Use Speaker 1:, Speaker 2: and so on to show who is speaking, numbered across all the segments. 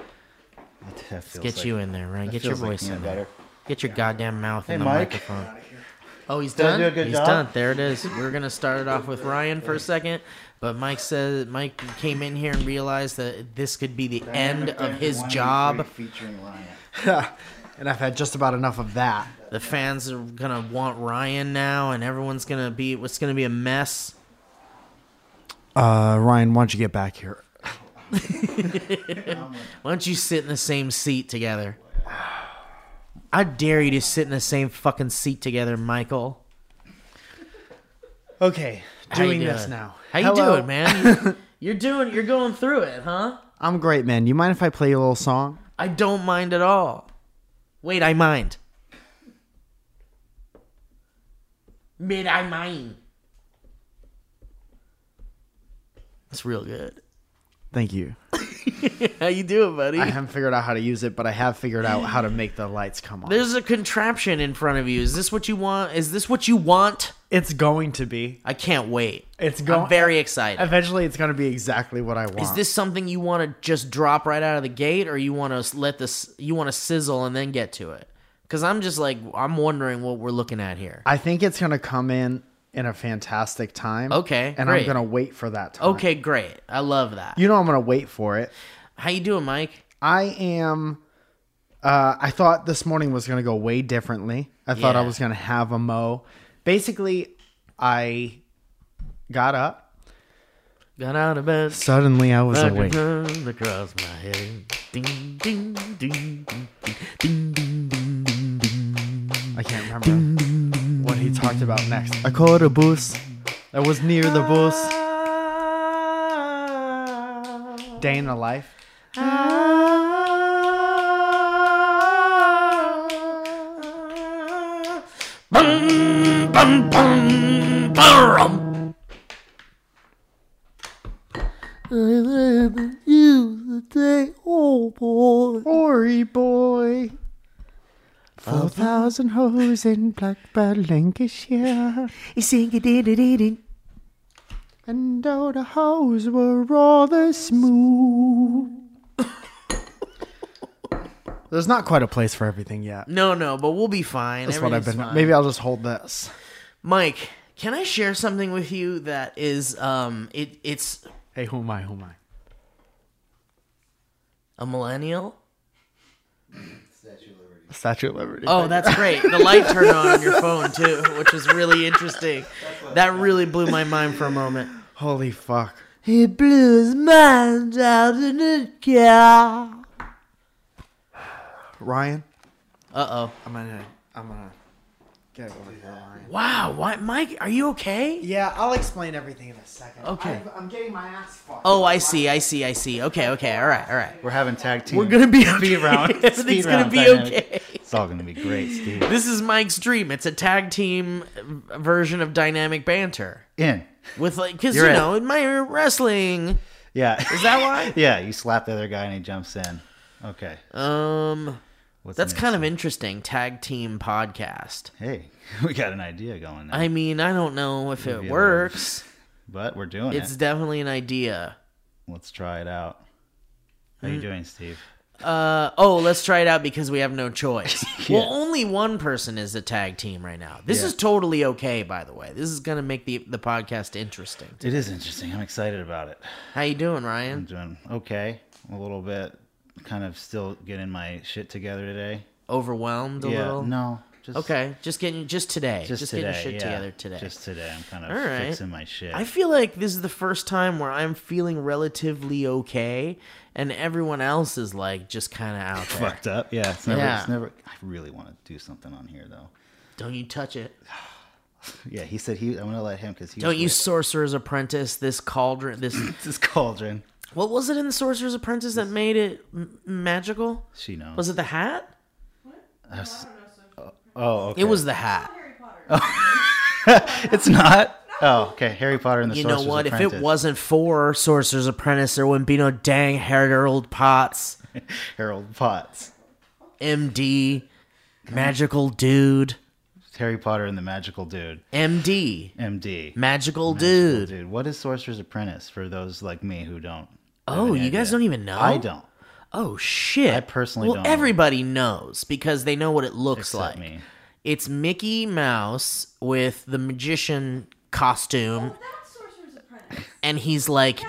Speaker 1: That feels
Speaker 2: Get
Speaker 1: like-
Speaker 2: you in there, Ryan.
Speaker 1: that
Speaker 2: Get your
Speaker 1: feels like
Speaker 2: voice
Speaker 1: peanut
Speaker 2: in there.
Speaker 1: butter.
Speaker 2: Get your goddamn mouth
Speaker 1: Hey,
Speaker 2: in the
Speaker 1: Mike.
Speaker 2: microphone. Oh, he's
Speaker 1: Did I
Speaker 2: done.
Speaker 1: do a good
Speaker 2: he's
Speaker 1: job?
Speaker 2: done. There it is. We're gonna start it off with Ryan for a second, but Mike said Mike came in here and realized that this could be the end of his job.
Speaker 1: Featuring Ryan.
Speaker 3: and I've had just about enough of that.
Speaker 2: The fans are gonna want Ryan now, and everyone's gonna be. It's gonna be a mess.
Speaker 3: Uh, Ryan, why don't you get back here?
Speaker 2: Why don't you sit in the same seat together? I dare you to sit in the same fucking seat together, Michael.
Speaker 3: Okay,
Speaker 2: How you
Speaker 3: doing this
Speaker 2: doing?
Speaker 3: now.
Speaker 2: How you
Speaker 3: Hello.
Speaker 2: doing, man? You- You're doing. You're going through it, huh?
Speaker 3: I'm great, man. You mind if I play you a little song?
Speaker 2: I don't mind at all. Wait, I mind. Mid, I mind. That's real good.
Speaker 3: Thank you.
Speaker 2: How you doing, buddy?
Speaker 3: I haven't figured out how to use it, but I have figured out how to make the lights come on.
Speaker 2: There's a contraption in front of you. Is this what you want? Is this what you want?
Speaker 3: it's going to be.
Speaker 2: I can't wait.
Speaker 3: It's
Speaker 2: I'm
Speaker 3: going.
Speaker 2: very excited.
Speaker 3: Eventually, it's going to be exactly what I want.
Speaker 2: Is this something you want to just drop right out of the gate, or you want to let this you want to sizzle and then get to it? Because I'm just like I'm wondering what we're looking at here.
Speaker 3: I think it's going to come in in a fantastic time.
Speaker 2: Okay,
Speaker 3: and
Speaker 2: great.
Speaker 3: I'm going to wait for that time.
Speaker 2: Okay, great. I love that.
Speaker 3: You know I'm going to wait for it.
Speaker 2: How you doing, Mike?
Speaker 3: I am. Uh, I thought this morning was going to go way differently. I thought I
Speaker 2: Yeah.
Speaker 3: was going to have a mo. Basically, I got up.
Speaker 2: Got out of bed.
Speaker 3: Suddenly, I was
Speaker 2: Like a
Speaker 3: awake.
Speaker 2: gun across my head. Ding, ding, ding, ding, ding, ding, ding, ding, ding.
Speaker 3: I can't remember what he talked about next. I caught a bus. I was near the bus. Day in the life.
Speaker 2: Bum, bum, bum, bum.
Speaker 3: Rory boy. 4,000 hoes in Blackbird, Lancashire. And all the hoes were rather smooth. There's not quite a place for everything yet.
Speaker 2: No, no, but we'll be fine.
Speaker 3: That's what I've been.
Speaker 2: Everything's fine.
Speaker 3: Maybe I'll just hold this.
Speaker 2: Mike, can I share something with you that is um it it's
Speaker 3: Hey, who am I? Who am I?
Speaker 2: a millennial?
Speaker 3: Statue of Liberty.
Speaker 2: Oh, that's great. The light turned on on your phone too, which was really interesting. That really blew my mind for a moment.
Speaker 3: Holy fuck.
Speaker 2: He blew his mind out in a car.
Speaker 3: Ryan,
Speaker 2: Uh oh.
Speaker 3: I'm gonna. I'm gonna. Get over here, Ryan.
Speaker 2: Wow. What, Mike? Are you okay?
Speaker 3: Yeah, I'll explain everything in a second.
Speaker 2: Okay.
Speaker 3: I'm, I'm getting my ass fucked.
Speaker 2: Oh, I see. I see. I see. Okay. Okay. All right. All right.
Speaker 1: We're having tag team.
Speaker 2: We're gonna be okay.
Speaker 1: speed round.
Speaker 2: Everything's
Speaker 1: Speed
Speaker 2: gonna
Speaker 1: round
Speaker 2: be
Speaker 1: dynamic.
Speaker 2: okay.
Speaker 1: It's all gonna be great, Steve.
Speaker 2: This is Mike's dream. It's a tag team uh, version of dynamic banter
Speaker 1: In.
Speaker 2: with like, because you
Speaker 1: You're in.
Speaker 2: know, in my wrestling,
Speaker 1: Yeah.
Speaker 2: is that why?
Speaker 1: yeah. You slap the other guy and he jumps in. Okay.
Speaker 2: um,
Speaker 1: What's
Speaker 2: that's kind of interesting. Tag team podcast.
Speaker 1: Hey, we got an idea going now,
Speaker 2: I mean, I don't know if it
Speaker 1: Maybe a
Speaker 2: works.
Speaker 1: but we're doing
Speaker 2: It's
Speaker 1: it.
Speaker 2: definitely an idea.
Speaker 1: Let's try it out. How
Speaker 2: Mm.
Speaker 1: you doing, Steve?
Speaker 2: Uh, oh, let's try it out because we have no choice.
Speaker 1: Yeah.
Speaker 2: Well, only one person is a tag team right now. This
Speaker 1: Yeah.
Speaker 2: is totally okay, by the way. This is gonna make the the podcast interesting.
Speaker 1: It is interesting. I'm excited about it.
Speaker 2: How you doing,
Speaker 1: I'm
Speaker 2: Ryan?
Speaker 1: doing okay. A little bit. Kind of still getting my shit together today.
Speaker 2: Overwhelmed a
Speaker 1: yeah.
Speaker 2: little?
Speaker 1: No. Just
Speaker 2: Okay, just getting just today, just,
Speaker 1: Just, today,
Speaker 2: getting shit
Speaker 1: yeah.
Speaker 2: together today.
Speaker 1: Just today, I'm kind of
Speaker 2: All right.
Speaker 1: fixing my shit.
Speaker 2: I feel like this is the first time where I'm feeling relatively okay, and everyone else is like just kind of out there.
Speaker 1: fucked up. Yeah, it's never,
Speaker 2: Yeah.
Speaker 1: It's never. I really want to do something on here though.
Speaker 2: Don't you touch it?
Speaker 1: Yeah, he said he. I'm gonna let him because he.
Speaker 2: Don't you
Speaker 1: was
Speaker 2: Sorcerer's Apprentice, this cauldron, this.
Speaker 1: lit. This is cauldron.
Speaker 2: what was it in the Sorcerer's Apprentice that made it m- magical?
Speaker 1: She knows.
Speaker 2: Was it the hat?
Speaker 1: oh, okay.
Speaker 2: It was the hat.
Speaker 1: It's not. Oh, okay. Harry Potter and the
Speaker 2: You know
Speaker 1: Sorcerer's
Speaker 2: what? If
Speaker 1: Apprentice.
Speaker 2: it wasn't for Sorcerer's Apprentice, there wouldn't be no dang Harold Potts,
Speaker 1: Harold Potts,
Speaker 2: MD, magical dude,
Speaker 1: Harry Potter and the Magical Dude,
Speaker 2: MD,
Speaker 1: MD.
Speaker 2: magical dude.
Speaker 1: Dude, what is Sorcerer's Apprentice for those like me who don't?
Speaker 2: Oh, you guys don't even know.
Speaker 1: I don't.
Speaker 2: Oh shit!
Speaker 1: I personally
Speaker 2: well,
Speaker 1: don't.
Speaker 2: everybody knows because they know what it looks
Speaker 1: Except
Speaker 2: like.
Speaker 1: me.
Speaker 2: It's Mickey Mouse with the magician costume,
Speaker 4: Oh, That's Sorcerer's Apprentice.
Speaker 2: and he's like,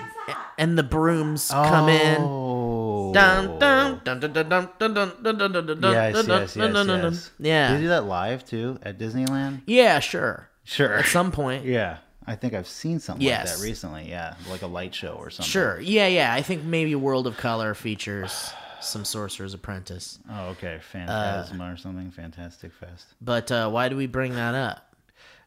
Speaker 2: and the brooms come in.
Speaker 1: Oh.
Speaker 2: Dun, dun, dun, dun, dun, dun, dun, dun, dun, dun, dun, dun,
Speaker 1: Yes,
Speaker 2: dun, dun,
Speaker 1: yes,
Speaker 2: dun,
Speaker 1: yes,
Speaker 2: dun, dun, dun.
Speaker 1: yes. Did they do
Speaker 2: Yeah,
Speaker 1: that live too at Disneyland?
Speaker 2: yeah, sure.
Speaker 1: Sure.
Speaker 2: At some point,
Speaker 1: yeah, I think I've seen something like
Speaker 2: Yes.
Speaker 1: that recently. Yeah, like a light show or something.
Speaker 2: sure. Yeah, yeah. I think maybe World of Color features some Sorcerer's Apprentice.
Speaker 1: Oh, okay.
Speaker 2: Uh,
Speaker 1: Phantasma or something. Fantastic Fest.
Speaker 2: But uh, why do we bring that up?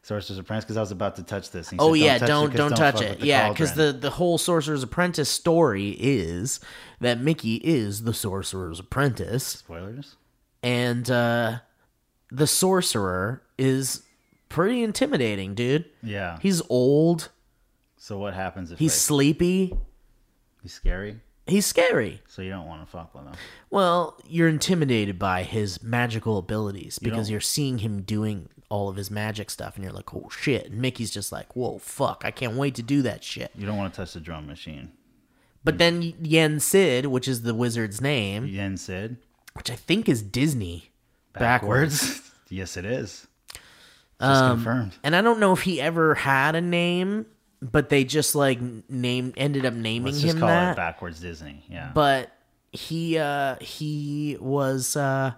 Speaker 1: Sorcerer's Apprentice because I was about to touch this. and he
Speaker 2: Oh
Speaker 1: said,
Speaker 2: yeah,
Speaker 1: touch it
Speaker 2: don't
Speaker 1: 'cause
Speaker 2: don't
Speaker 1: fuck
Speaker 2: touch
Speaker 1: with
Speaker 2: it.
Speaker 1: the
Speaker 2: Yeah, because
Speaker 1: cauldron."
Speaker 2: the the whole Sorcerer's Apprentice story is that Mickey is the Sorcerer's Apprentice,
Speaker 1: spoilers.
Speaker 2: and uh, the Sorcerer is pretty intimidating, dude.
Speaker 1: Yeah.
Speaker 2: He's old.
Speaker 1: so what happens if
Speaker 2: He's
Speaker 1: like,
Speaker 2: sleepy.
Speaker 1: he's scary?
Speaker 2: He's scary.
Speaker 1: So you don't want to fuck with him.
Speaker 2: Well, you're intimidated by his magical abilities because
Speaker 1: don't-
Speaker 2: you're seeing him doing all of his magic stuff, and you're like, "Oh shit!" And Mickey's just like, "Whoa, fuck! I can't wait to do that shit."
Speaker 1: You don't want to touch the drum machine.
Speaker 2: But then Yen Sid, which is the wizard's name,
Speaker 1: Yen Sid.
Speaker 2: which I think is Disney backwards.
Speaker 1: yes, it is. Just
Speaker 2: Um,
Speaker 1: confirmed.
Speaker 2: And I don't know if he ever had a name, but they just like named ended up naming
Speaker 1: Let's
Speaker 2: him
Speaker 1: just call it
Speaker 2: that.
Speaker 1: backwards Disney. Yeah.
Speaker 2: But he uh he was uh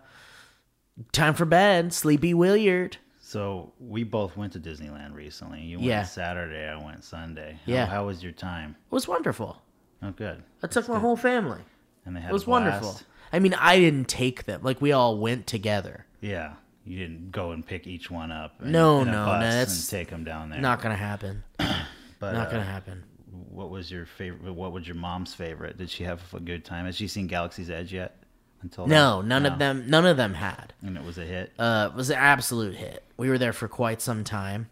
Speaker 2: time for bed, sleepy Williard.
Speaker 1: so we both went to Disneyland recently. You went
Speaker 2: Yeah.
Speaker 1: Saturday. I went Sunday. How-
Speaker 2: Yeah.
Speaker 1: How, was your time?
Speaker 2: It was wonderful.
Speaker 1: Oh, good.
Speaker 2: I took my whole family.
Speaker 1: And they had
Speaker 2: It was
Speaker 1: a blast.
Speaker 2: wonderful. I mean, I didn't take them. Like we all went together.
Speaker 1: Yeah. You didn't go and pick each one up. And,
Speaker 2: No,
Speaker 1: in a
Speaker 2: no, no,
Speaker 1: bus
Speaker 2: that's
Speaker 1: and take them down there.
Speaker 2: Not gonna happen.
Speaker 1: but,
Speaker 2: Not
Speaker 1: uh,
Speaker 2: gonna happen.
Speaker 1: What was your favorite? What was your mom's favorite? Did she have a good time? Has she seen Galaxy's Edge yet? Until
Speaker 2: No,
Speaker 1: then?
Speaker 2: none
Speaker 1: No.
Speaker 2: of them. None of them had.
Speaker 1: And it was a hit.
Speaker 2: uh, was an absolute hit. We were there for quite some time.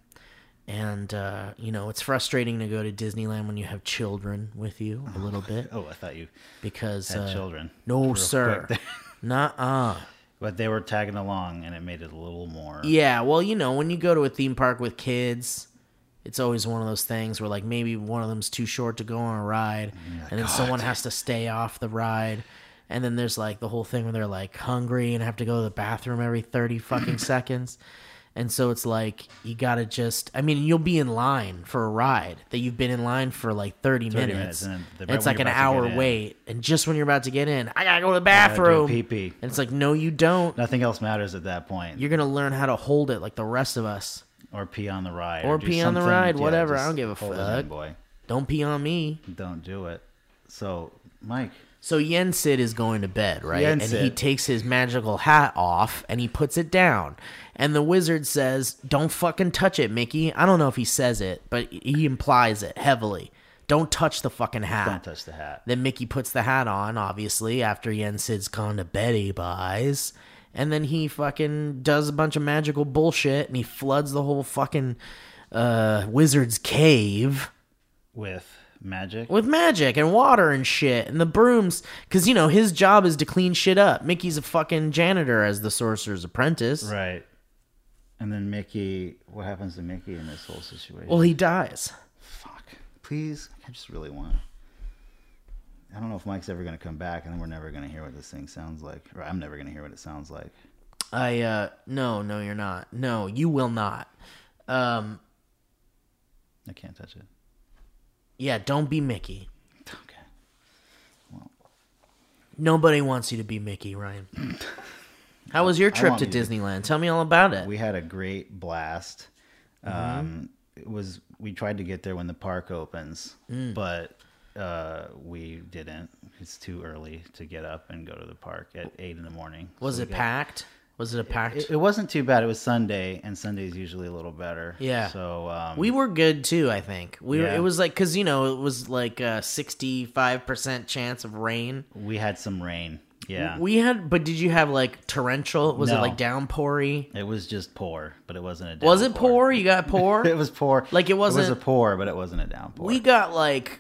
Speaker 2: And, uh, you know, it's frustrating to go to Disneyland when you have children with you a little bit
Speaker 1: oh, I thought you
Speaker 2: because.
Speaker 1: had
Speaker 2: uh,
Speaker 1: children.
Speaker 2: No,
Speaker 1: Real
Speaker 2: sir.
Speaker 1: quick.
Speaker 2: Nuh-uh.
Speaker 1: but they were tagging along, and it made it a little more.
Speaker 2: Yeah, well, you know, when you go to a theme park with kids, it's always one of those things where, like, maybe one of them's too short to go on a ride,
Speaker 1: Mm,
Speaker 2: and then someone has to stay off the ride. And then there's like the whole thing where they're like hungry and have to go to the bathroom every 30 fucking seconds. And so it's like, you gotta just, I mean, you'll be in line for a ride that you've been in line for like 30,
Speaker 1: 30
Speaker 2: minutes.
Speaker 1: minutes, and then the-
Speaker 2: and
Speaker 1: right
Speaker 2: it's
Speaker 1: when
Speaker 2: like
Speaker 1: you're
Speaker 2: an
Speaker 1: about to
Speaker 2: hour
Speaker 1: get in.
Speaker 2: wait. And just when you're about to get in, I gotta go to the
Speaker 1: I gotta do
Speaker 2: bathroom.
Speaker 1: Pee
Speaker 2: And
Speaker 1: pee.
Speaker 2: it's like, no, you don't
Speaker 1: Nothing else matters at that point.
Speaker 2: you're gonna learn how to hold it like the rest of us.
Speaker 1: or pee on the ride.
Speaker 2: Or
Speaker 1: do
Speaker 2: pee on the
Speaker 1: something-
Speaker 2: ride,
Speaker 1: yeah,
Speaker 2: whatever, I
Speaker 1: just
Speaker 2: don't give a
Speaker 1: hold it in,
Speaker 2: fuck.
Speaker 1: boy,
Speaker 2: Don't pee on me.
Speaker 1: don't do it. So, Mike,
Speaker 2: So Yen Sid is going to bed, right?
Speaker 1: Yen
Speaker 2: and he
Speaker 1: Sid.
Speaker 2: takes his magical hat off and he puts it down. And the wizard says, "Don't fucking touch it, Mickey." I don't know if he says it, but he implies it heavily. Don't touch the fucking hat.
Speaker 1: don't touch the hat.
Speaker 2: Then Mickey puts the hat on, obviously, after Yen Sid's gone to bed, he buys. And then he fucking does a bunch of magical bullshit and he floods the whole fucking uh, wizard's cave
Speaker 1: With magic.
Speaker 2: with magic and water and shit and the brooms. Because, you know, his job is to clean shit up. Mickey's a fucking janitor as the sorcerer's apprentice.
Speaker 1: Right. And then Mickey, what happens to Mickey in this whole situation?
Speaker 2: Well, he dies.
Speaker 1: Fuck. Please, I just really want. I don't know if Mike's ever going to come back, and then we're never going to hear what this thing sounds like, or I'm never going to hear what it sounds like.
Speaker 2: I, uh, no, no, you're not. No, you will not. Um,
Speaker 1: I can't touch it.
Speaker 2: yeah, don't be Mickey.
Speaker 1: Okay.
Speaker 2: Nobody wants you to be Mickey, Ryan. How was your trip
Speaker 1: want
Speaker 2: to
Speaker 1: me to be-
Speaker 2: Disneyland? Tell me all about it.
Speaker 1: We had a great blast. Um, it was we tried to get there when the park opens,
Speaker 2: Mm.
Speaker 1: but uh, we didn't. It's too early to get up and go to the park at eight in the morning.
Speaker 2: was
Speaker 1: So
Speaker 2: it
Speaker 1: we got-
Speaker 2: packed? Was it a packed?
Speaker 1: It, it wasn't too bad. It was Sunday, and Sunday's usually a little better.
Speaker 2: Yeah.
Speaker 1: So um,
Speaker 2: we were good too. I think we.
Speaker 1: Yeah.
Speaker 2: Were, it was like because you know it was like a sixty-five percent chance of rain.
Speaker 1: we had some rain. Yeah.
Speaker 2: We had, but did you have like torrential? Was it
Speaker 1: No.
Speaker 2: like downpoury?
Speaker 1: it was just poor, but it wasn't a.
Speaker 2: Was it
Speaker 1: downpour.
Speaker 2: poor? You got poor.
Speaker 1: It was poor.
Speaker 2: Like, it
Speaker 1: It
Speaker 2: wasn't-
Speaker 1: was a pour, but it wasn't a downpour.
Speaker 2: We got like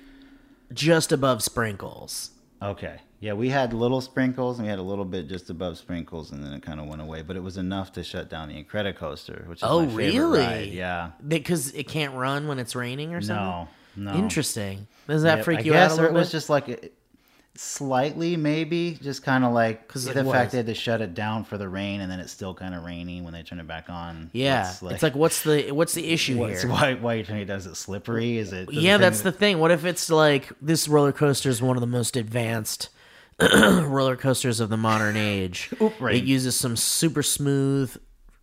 Speaker 2: just above sprinkles.
Speaker 1: okay. Yeah, we had little sprinkles, and we had a little bit just above sprinkles, and then it kind of went away. But it was enough to shut down the Incredicoaster, which is
Speaker 2: Oh,
Speaker 1: my favorite
Speaker 2: really?
Speaker 1: ride. Yeah.
Speaker 2: Because it can't run when it's raining or something.
Speaker 1: No. No.
Speaker 2: Interesting. Does that
Speaker 1: Yep,
Speaker 2: freak
Speaker 1: I
Speaker 2: you
Speaker 1: guess,
Speaker 2: out a
Speaker 1: or
Speaker 2: little
Speaker 1: it was
Speaker 2: bit?
Speaker 1: just like it- slightly, maybe, just kind of like
Speaker 2: 'Cause
Speaker 1: the
Speaker 2: it was.
Speaker 1: fact they had to shut it down for the rain, and then it's still kind of rainy when they turn it back on.
Speaker 2: yeah.
Speaker 1: That's,
Speaker 2: it's like what's the what's the issue
Speaker 1: what's-
Speaker 2: here?
Speaker 1: why why you turning it down? Is it slippery? Is it? does it
Speaker 2: yeah,
Speaker 1: turn
Speaker 2: that's
Speaker 1: it-
Speaker 2: the thing. What if it's like this roller coaster is one of the most advanced roller coasters of the modern age?
Speaker 1: Oop, right.
Speaker 2: It uses some super smooth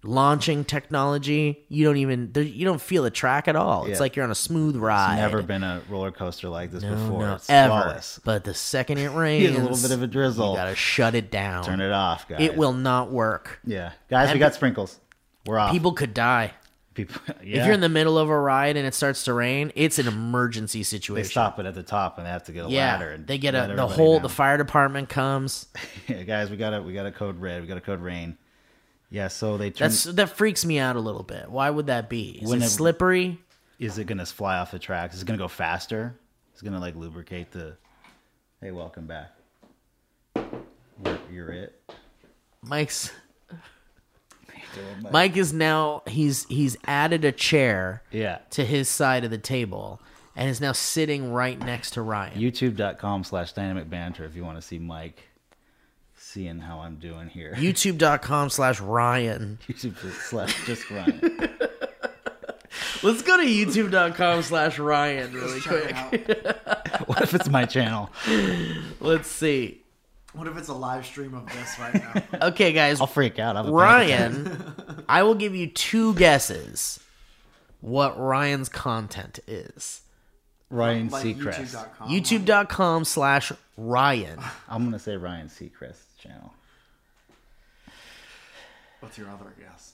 Speaker 2: launching technology. You don't even there- you don't feel the track at all. It's
Speaker 1: Yeah.
Speaker 2: like you're on a smooth ride.
Speaker 1: Never been a roller coaster like this before.
Speaker 2: no,
Speaker 1: it's
Speaker 2: ever.
Speaker 1: flawless.
Speaker 2: But the second it rains,
Speaker 1: Need a little bit of a drizzle.
Speaker 2: you gotta shut it down.
Speaker 1: Turn it off, guys.
Speaker 2: It will not work.
Speaker 1: Yeah, guys, we got sprinkles. We're off.
Speaker 2: People could die.
Speaker 1: People- yeah.
Speaker 2: If you're in the middle of a ride and it starts to rain, it's an emergency
Speaker 1: they
Speaker 2: situation.
Speaker 1: stop it at the top, and they have to get a
Speaker 2: yeah,
Speaker 1: ladder. And
Speaker 2: they get
Speaker 1: let
Speaker 2: a the
Speaker 1: everybody
Speaker 2: whole
Speaker 1: down.
Speaker 2: the fire department comes.
Speaker 1: Yeah, guys, we got to we got to code red. We got to code rain. Yeah, so they turn.
Speaker 2: That's that freaks me out a little bit. Why would that be? Is
Speaker 1: When
Speaker 2: it
Speaker 1: it-
Speaker 2: slippery?
Speaker 1: is it gonna fly off the tracks? Is it gonna go faster? Is it gonna like lubricate the? Hey, welcome back. You're, you're it.
Speaker 2: Mike's Mike is now he's he's added a chair
Speaker 1: Yeah.
Speaker 2: to his side of the table and is now sitting right next to Ryan.
Speaker 1: YouTube.com slash dynamic banter if you want to see Mike seeing how I'm doing here.
Speaker 2: YouTube.com slash Ryan.
Speaker 1: YouTube slash just run.
Speaker 2: Let's go to YouTube.com slash Ryan really quick.
Speaker 1: what if it's my channel?
Speaker 2: Let's see.
Speaker 4: What if it's a live stream of this right now?
Speaker 2: Okay, guys.
Speaker 1: I'll freak out. I'm a
Speaker 2: Ryan, I will give you two guesses what Ryan's content is.
Speaker 1: Ryan
Speaker 4: like
Speaker 1: Seacrest.
Speaker 3: Oh
Speaker 4: YouTube.com.
Speaker 2: YouTube.com slash Ryan.
Speaker 1: I'm gonna say Ryan Seacrest's channel.
Speaker 4: What's your other guess?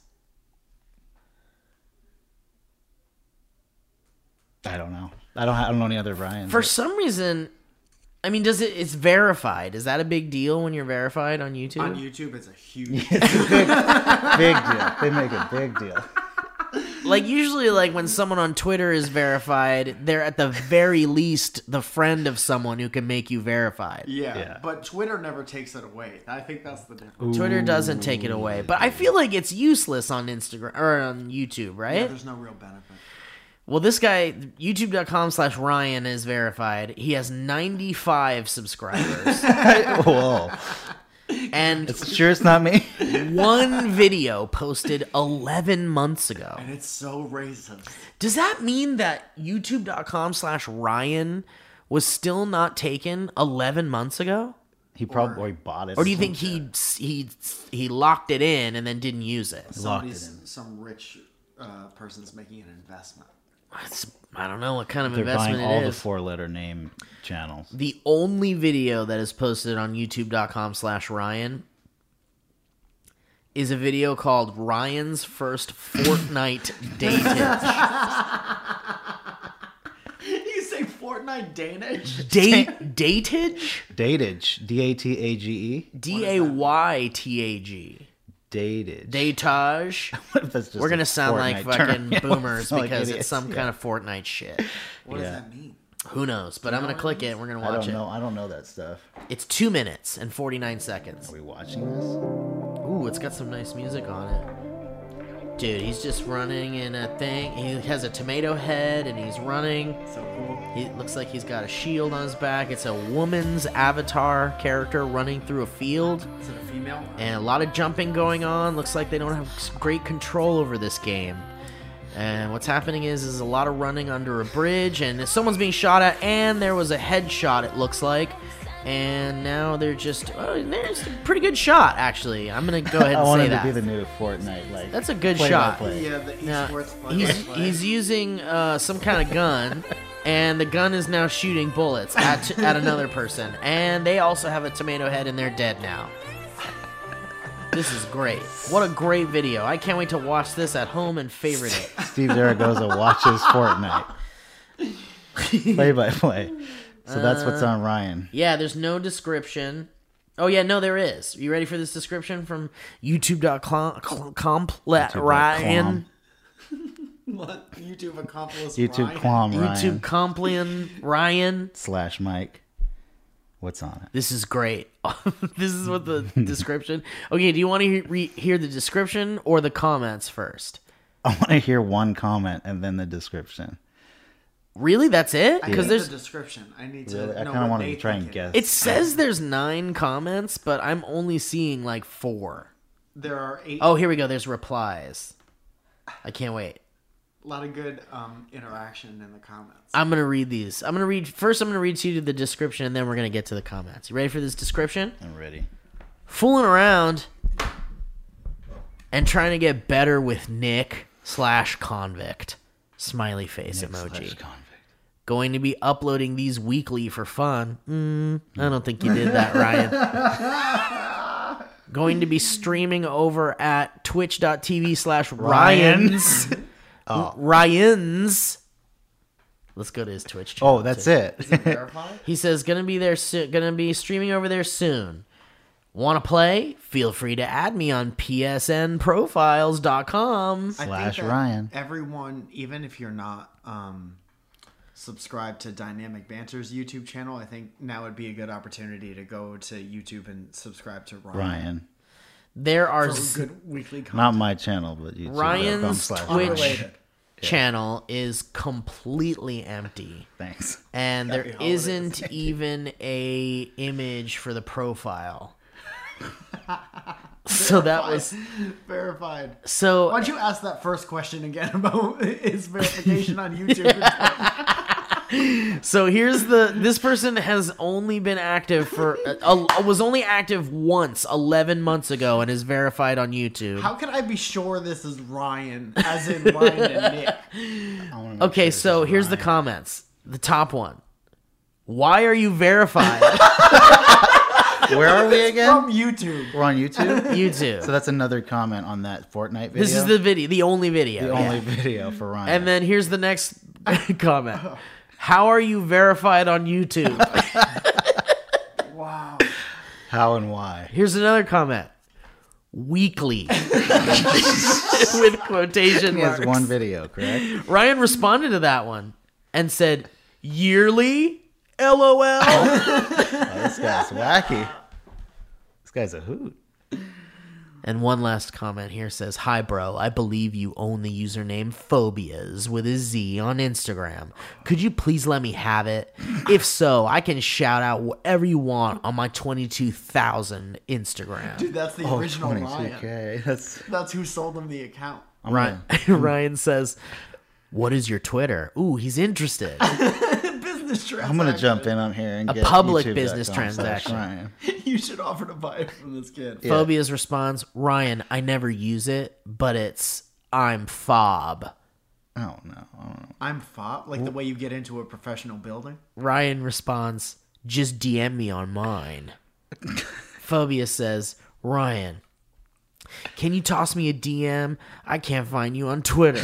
Speaker 1: I don't know. I don't. I don't know any other Ryan.
Speaker 2: For some reason, I mean, does it? It's verified. Is that a big deal when you're verified on YouTube?
Speaker 4: On YouTube, it's a huge.
Speaker 1: big deal. They make a big deal.
Speaker 2: Like usually, like when someone on Twitter is verified, they're at the very least the friend of someone who can make you verified.
Speaker 4: Yeah,
Speaker 1: Yeah.
Speaker 4: but Twitter never takes it away. I think that's the difference.
Speaker 2: Twitter doesn't take it away, but I feel like it's useless on Instagram or on YouTube,
Speaker 4: Yeah,
Speaker 2: right?
Speaker 4: there's no real benefit.
Speaker 2: well, this guy, youtube.com slash Ryan, is verified. He has 95 subscribers
Speaker 1: Whoa.
Speaker 2: and
Speaker 1: Sure, it's not me.
Speaker 2: one video posted 11 months ago.
Speaker 4: And it's so racist.
Speaker 2: Does that mean that youtube.com slash Ryan was still not taken 11 months ago?
Speaker 1: He probably or he bought it.
Speaker 2: Or do you think he he he locked it in and then didn't use it?
Speaker 1: Locked
Speaker 4: Somebody's some rich uh, person's making an investment.
Speaker 2: It's- I don't know what kind of
Speaker 1: They're
Speaker 2: investment
Speaker 1: buying
Speaker 2: it
Speaker 1: all the
Speaker 2: is.
Speaker 1: four-letter name channels.
Speaker 2: the only video that is posted on youtube.com slash ryan is a video called ryan's first fortnite dating
Speaker 4: you say Fortnite Danish?
Speaker 2: date datage
Speaker 1: Datage. D a t a g e.
Speaker 2: d-a-y-t-a-g
Speaker 1: Datage.
Speaker 2: datage
Speaker 1: What if that's just
Speaker 2: we're gonna
Speaker 1: a
Speaker 2: sound like
Speaker 1: Fortnite term?
Speaker 2: fucking
Speaker 1: Yeah, we'll
Speaker 2: boomers
Speaker 1: sound like
Speaker 2: because it's
Speaker 1: idiots.
Speaker 2: some
Speaker 1: Yeah.
Speaker 2: kind of fortnite shit
Speaker 4: What
Speaker 1: Yeah.
Speaker 4: does that mean?
Speaker 2: who knows but i'm gonna click it and we're gonna
Speaker 1: I
Speaker 2: watch
Speaker 1: don't
Speaker 2: it
Speaker 1: know. I don't know that stuff.
Speaker 2: it's two minutes and 49 seconds
Speaker 1: Are we watching this?
Speaker 2: Ooh, it's got some nice music on it. Dude, he's just running in a thing. He has a tomato head and he's running.
Speaker 4: So cool.
Speaker 2: He looks like he's got a shield on his back. It's a woman's avatar character running through a field
Speaker 4: Is it a female?
Speaker 2: and a lot of jumping going on. Looks like they don't have s- great control over this game. And what's happening is is a lot of running under a bridge, and someone's being shot at, and there was a headshot. It looks like, and now they're just oh, there's a pretty good shot actually. I'm gonna go ahead
Speaker 1: I
Speaker 2: and
Speaker 1: want
Speaker 2: say
Speaker 1: him to
Speaker 2: that.
Speaker 1: be the new Fortnite. Like
Speaker 2: That's a good
Speaker 1: play-by-play.
Speaker 2: shot.
Speaker 4: Yeah, the
Speaker 2: Now,
Speaker 4: esports player.
Speaker 2: he's he's using uh, some kind of gun, and the gun is now shooting bullets at at another person, and they also have a tomato head, and they're dead now. This is great. What a great video. I can't wait to watch this at home and favorite it.
Speaker 1: Steve Zaragoza watches Fortnite. play by play. So that's what's on Ryan.
Speaker 2: Yeah, there's no description. Oh yeah, no, there is. You ready for this description from YouTube.com? Let Ryan.
Speaker 3: What YouTube accomplice?
Speaker 1: YouTube
Speaker 3: Ryan?
Speaker 1: Quam Ryan
Speaker 2: YouTube Complian Ryan.
Speaker 1: slash Mike. What's on it?
Speaker 2: This is great. this is what the description. Okay, do you want to hear, re- hear the description or the comments first?
Speaker 1: I want to hear one comment and then the description.
Speaker 2: Really, that's it?
Speaker 3: I need
Speaker 2: Because there's
Speaker 3: the description. I need to.
Speaker 1: Really, I
Speaker 3: know
Speaker 1: kind of
Speaker 3: what
Speaker 1: wanted
Speaker 3: they
Speaker 1: to try and
Speaker 3: think it-
Speaker 1: guess.
Speaker 2: it says there's nine comments, but I'm only seeing like four.
Speaker 3: There are eight.
Speaker 2: Oh, here we go. There's replies. I can't wait.
Speaker 3: A lot of good um, interaction in the comments.
Speaker 2: I'm gonna read these. I'm gonna read first. I'm gonna read to you the description, and then we're gonna get to the comments. You ready for this description?
Speaker 1: I'm ready.
Speaker 2: Fooling around and trying to get better with Nick slash convict smiley face emoji.
Speaker 1: Slash convict.
Speaker 2: Going to be uploading these weekly for fun. Mm, I don't think you did that, Ryan. Going to be streaming over at twitch.tv slash Ryan's. Ryan's. Let's go to his Twitch channel.
Speaker 1: Oh, that's
Speaker 2: too.
Speaker 1: it.
Speaker 2: He says gonna be there soon. Gonna be streaming over there soon. Want to play? Feel free to add me on psnprofiles.com.
Speaker 3: I think
Speaker 1: Slash
Speaker 3: that
Speaker 1: Ryan.
Speaker 3: Everyone, even if you're not um, subscribed to Dynamic Banter's YouTube channel, I think now would be a good opportunity to go to YouTube and subscribe to Ryan.
Speaker 1: Ryan.
Speaker 2: There are
Speaker 3: For
Speaker 2: z-
Speaker 3: good weekly content.
Speaker 1: Not my channel, but YouTube.
Speaker 2: Ryan's Twitch
Speaker 3: Unrelated.
Speaker 2: channel is completely empty,
Speaker 1: Thanks.
Speaker 2: and there
Speaker 3: holidays.
Speaker 2: isn't even a image for the profile. so that was
Speaker 3: Verified.
Speaker 2: so.
Speaker 3: Why'd you ask that first question again about is verification on YouTube?
Speaker 2: So here's the this person has only been active for uh, uh, was only active once 11 months ago and is verified on YouTube.
Speaker 3: How can I be sure this is Ryan, as in Ryan and Nick?
Speaker 2: okay, so here's the comments. The top one. Why are you verified?
Speaker 1: Where are we again?
Speaker 3: From YouTube.
Speaker 1: We're on YouTube. So
Speaker 2: YouTube.
Speaker 1: that's another comment on that Fortnite video.
Speaker 2: This is the video, the only video.
Speaker 1: The
Speaker 2: yeah.
Speaker 1: only video for Ryan.
Speaker 2: And then here's the next comment. How are you verified on YouTube?
Speaker 3: Wow.
Speaker 1: How and why?
Speaker 2: Here's another comment. Weekly. With quotation
Speaker 1: He has
Speaker 2: marks.
Speaker 1: one video, correct?
Speaker 2: Ryan responded to that one and said, "Yearly, lol."
Speaker 1: This guy's wacky. This guy's a hoot.
Speaker 2: and one last comment here says, "Hi, bro. I believe you own the username Phobias with a Z on Instagram. Could you please let me have it? If so, I can shout out whatever you want on my twenty-two thousand Instagram."
Speaker 3: Dude, that's the
Speaker 1: Oh,
Speaker 3: original Ryan.
Speaker 1: 22K. That's
Speaker 3: That's who sold him the account.
Speaker 1: I'm right.
Speaker 2: Ryan says. What is your Twitter? Ooh, he's interested.
Speaker 3: Business transaction.
Speaker 1: I'm gonna jump in on here and
Speaker 2: A
Speaker 1: get
Speaker 2: public
Speaker 1: YouTube.com
Speaker 2: business
Speaker 1: slash
Speaker 2: transaction.
Speaker 1: Ryan.
Speaker 3: You should offer to buy it from this kid.
Speaker 2: Phobias responds, Ryan, I never use it, but it's I'm fob.
Speaker 1: Oh no, I don't know.
Speaker 3: I'm fop, like the way you get into a professional building.
Speaker 2: Ryan responds, just DM me on mine. Phobia says, Ryan, can you toss me a DM? I can't find you on Twitter.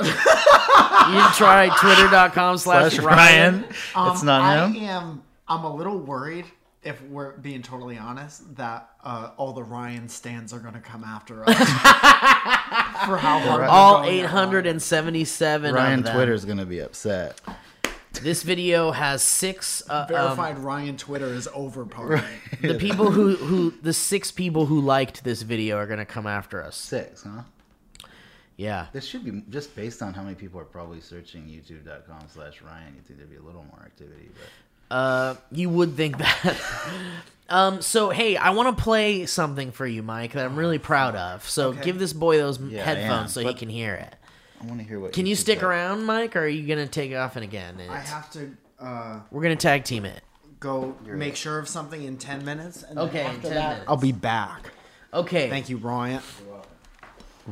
Speaker 2: you can try twitter.com slash
Speaker 1: Slash
Speaker 2: Ryan. Um,
Speaker 1: Ryan. it's not
Speaker 3: Um, I
Speaker 1: him.
Speaker 3: am. I'm a little worried if we're being totally honest that uh, all the Ryan stands are gonna come after us for how hard we're
Speaker 2: All
Speaker 3: going at Ryan.
Speaker 2: 877
Speaker 1: Ryan
Speaker 2: of them.
Speaker 1: Twitter's gonna be upset.
Speaker 2: This video has six. Uh, um,
Speaker 3: verified Ryan Twitter is over party.
Speaker 2: the people who who the six people who liked this video are gonna come after us.
Speaker 1: Six, huh?
Speaker 2: Yeah.
Speaker 1: This should be just based on how many people are probably searching YouTube.com slash Ryan. You think there'd be a little more activity, but
Speaker 2: Uh, you would think that. um, so hey, I want to play something for you, Mike, that I'm really proud of. So give this boy those m
Speaker 1: Yeah, I am,
Speaker 2: headphones so he
Speaker 1: but-
Speaker 2: can hear it.
Speaker 1: I want to hear what.
Speaker 2: Can you
Speaker 1: YouTube's
Speaker 2: stick
Speaker 1: up.
Speaker 2: around, Mike, or are you gonna take off and again?
Speaker 3: I
Speaker 2: It's-
Speaker 3: have to uh,
Speaker 2: We're gonna tag team it.
Speaker 3: go make sure of something in ten minutes. And then
Speaker 2: Okay, in
Speaker 3: after
Speaker 2: 10
Speaker 3: that,
Speaker 2: minutes.
Speaker 3: I'll be back.
Speaker 2: Oh, Okay.
Speaker 3: Thank you, Ryan.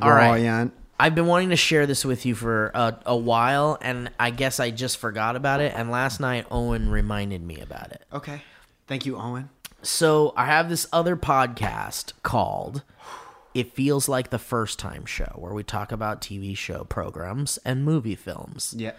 Speaker 2: All right.
Speaker 3: Ryan.
Speaker 2: I've been wanting to share this with you for a, a while, and I guess I just forgot about it. And last night, Owen reminded me about it.
Speaker 3: Okay. Thank you, Owen.
Speaker 2: So I have this other podcast called It Feels Like the First Time Show, where we talk about TV show programs and movie films.
Speaker 4: Yeah.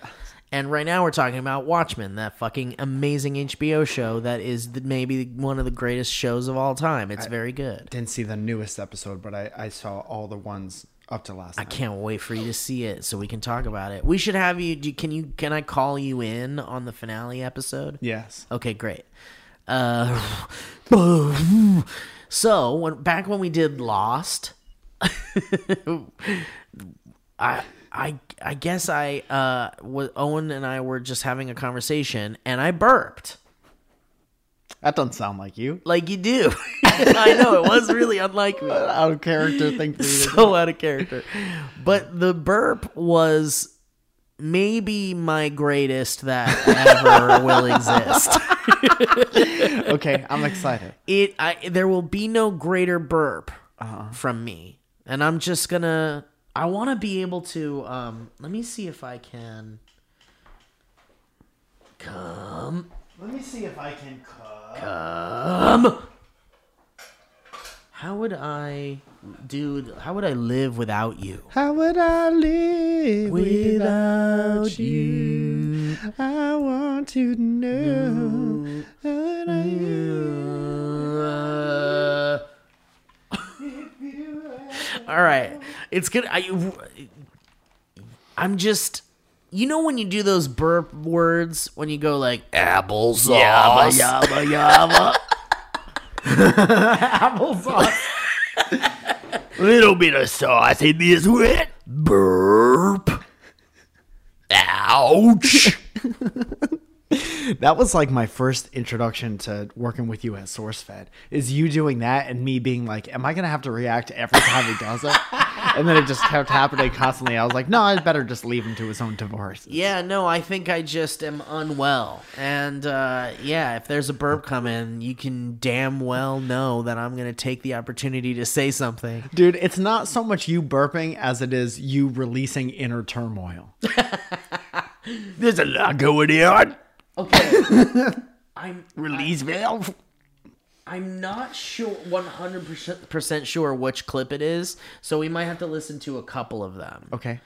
Speaker 2: And right now we're talking about Watchmen, that fucking amazing HBO show that is the, maybe one of the greatest shows of all time. It's very good.
Speaker 4: Didn't see the newest episode, but I, I saw all the ones up to last.
Speaker 2: I can't wait for you to see it so we can talk about it. We should have you do, can you can I call you in on the finale episode?
Speaker 4: Yes.
Speaker 2: Okay, great. Uh, so when back when we did Lost, I I I guess I uh was Owen and I were just having a conversation and I burped
Speaker 3: That doesn't sound like you.
Speaker 2: like you do. I know it was really unlike me.
Speaker 3: Out of character thing for you.
Speaker 2: so out of character. But the burp was maybe my greatest that ever will exist.
Speaker 3: Okay, I'm excited.
Speaker 2: it I, there will be no greater burp from me and i'm just gonna i want to be able to um let me see if i can come
Speaker 3: Let me see if I can cut.
Speaker 2: um how would i do how would i live without you
Speaker 3: How would I live
Speaker 2: without you Mm.
Speaker 3: I want to know. What I
Speaker 2: All right, it's good. I, I'm just, you know, when you do those burp words, when you go like applesauce, yabba yabba yabba, applesauce, little bit of sauce in this wet burp. Ouch.
Speaker 3: That was like my first introduction to working with you at SourceFed. Is you doing that and me being like, "Am I gonna have to react every time he does it?" And then it just kept happening constantly. I was like, "No, I would better just leave him to his own divorce."
Speaker 2: Yeah, no, I think I just am unwell. And uh, yeah, if there's a burp coming, you can damn well know that I'm going to take the opportunity to say something.
Speaker 3: Dude, it's not so much you burping as it is you releasing inner turmoil.
Speaker 2: There's a lot going on. Okay. I'm release valve. I'm not sure 100% sure which clip it is, so we might have to listen to a couple of them.
Speaker 3: Okay.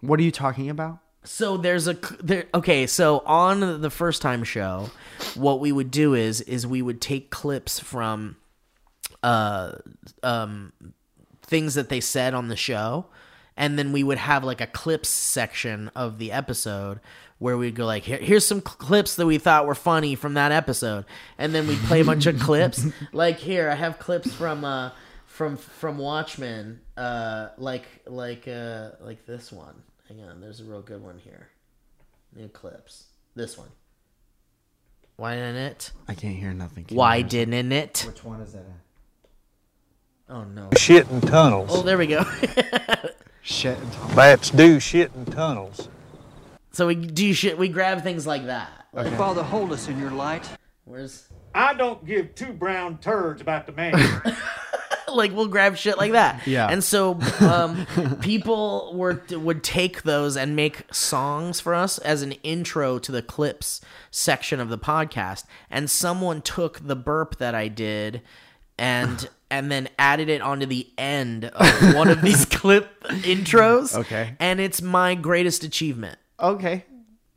Speaker 3: What are you talking about?
Speaker 2: So there's a there okay, so on the first time show, what we would do is is we would take clips from uh um things that they said on the show and then we would have like a clips section of the episode where we'd go like Here, here's some cl- clips that we thought were funny from that episode and then we'd play a bunch of clips like here i have clips from uh from from watchmen uh like like uh like this one hang on there's a real good one here new clips this one why didn't it
Speaker 3: I can't hear nothing. Can
Speaker 2: why didn't it
Speaker 4: Which one is that? In?
Speaker 2: oh no
Speaker 5: Shit in tunnels.
Speaker 2: oh there we go
Speaker 4: Shit. and Tom-
Speaker 5: Bats do shit in tunnels.
Speaker 2: So we do shit. We grab things like that. Like,
Speaker 6: Father, hold us in your light.
Speaker 2: Where's
Speaker 7: I don't give two brown turds about the man.
Speaker 2: like we'll grab shit like that.
Speaker 3: Yeah.
Speaker 2: And so um, people were would take those and make songs for us as an intro to the clips section of the podcast. And someone took the burp that I did and and then added it onto the end of one of these clip intros.
Speaker 3: Okay.
Speaker 2: And it's my greatest achievement.
Speaker 3: Okay.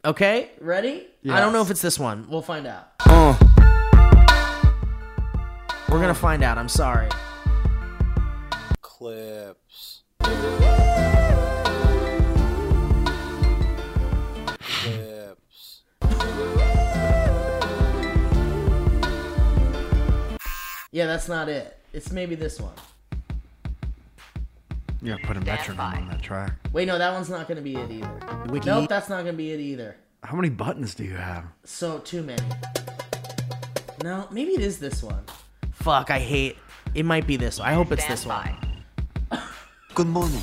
Speaker 2: Okay, ready? Uh. I don't know
Speaker 3: Yes.
Speaker 2: if it's this one. We'll find out. We're gonna find out. I'm sorry.
Speaker 5: Clips. Clips.
Speaker 2: Yeah, that's not it. It's maybe this one.
Speaker 3: You gotta put a metronome on that track.
Speaker 2: Wait, no, that one's not gonna be it either.
Speaker 3: Wiki.
Speaker 2: Nope, that's not gonna be it either.
Speaker 3: How many buttons do you have?
Speaker 2: So too many. No, maybe it is this one. Fuck, I hate. It might be this. one. I hope it's this one.
Speaker 6: Good morning.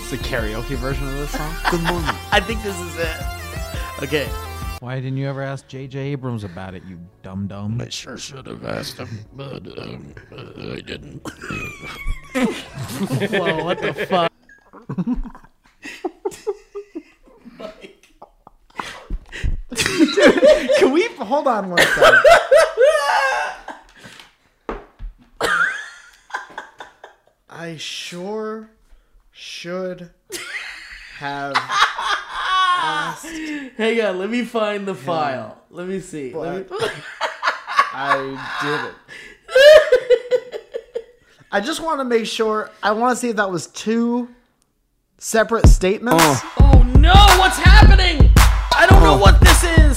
Speaker 3: It's a karaoke version of this song.
Speaker 6: Good morning.
Speaker 2: I think this is it. Okay.
Speaker 8: Why didn't you ever ask J.J. Abrams about it, you dum dum?
Speaker 3: um, uh,
Speaker 2: Whoa, what the fuck?
Speaker 3: Can we hold on one second. I sure should have.
Speaker 2: Hang on, let me find the file. Let me see. Let me-
Speaker 3: I did it. I just want to make sure. I want to see if that was two separate statements.
Speaker 2: oh no, what's happening? I don't know
Speaker 3: Oh.
Speaker 2: what this is.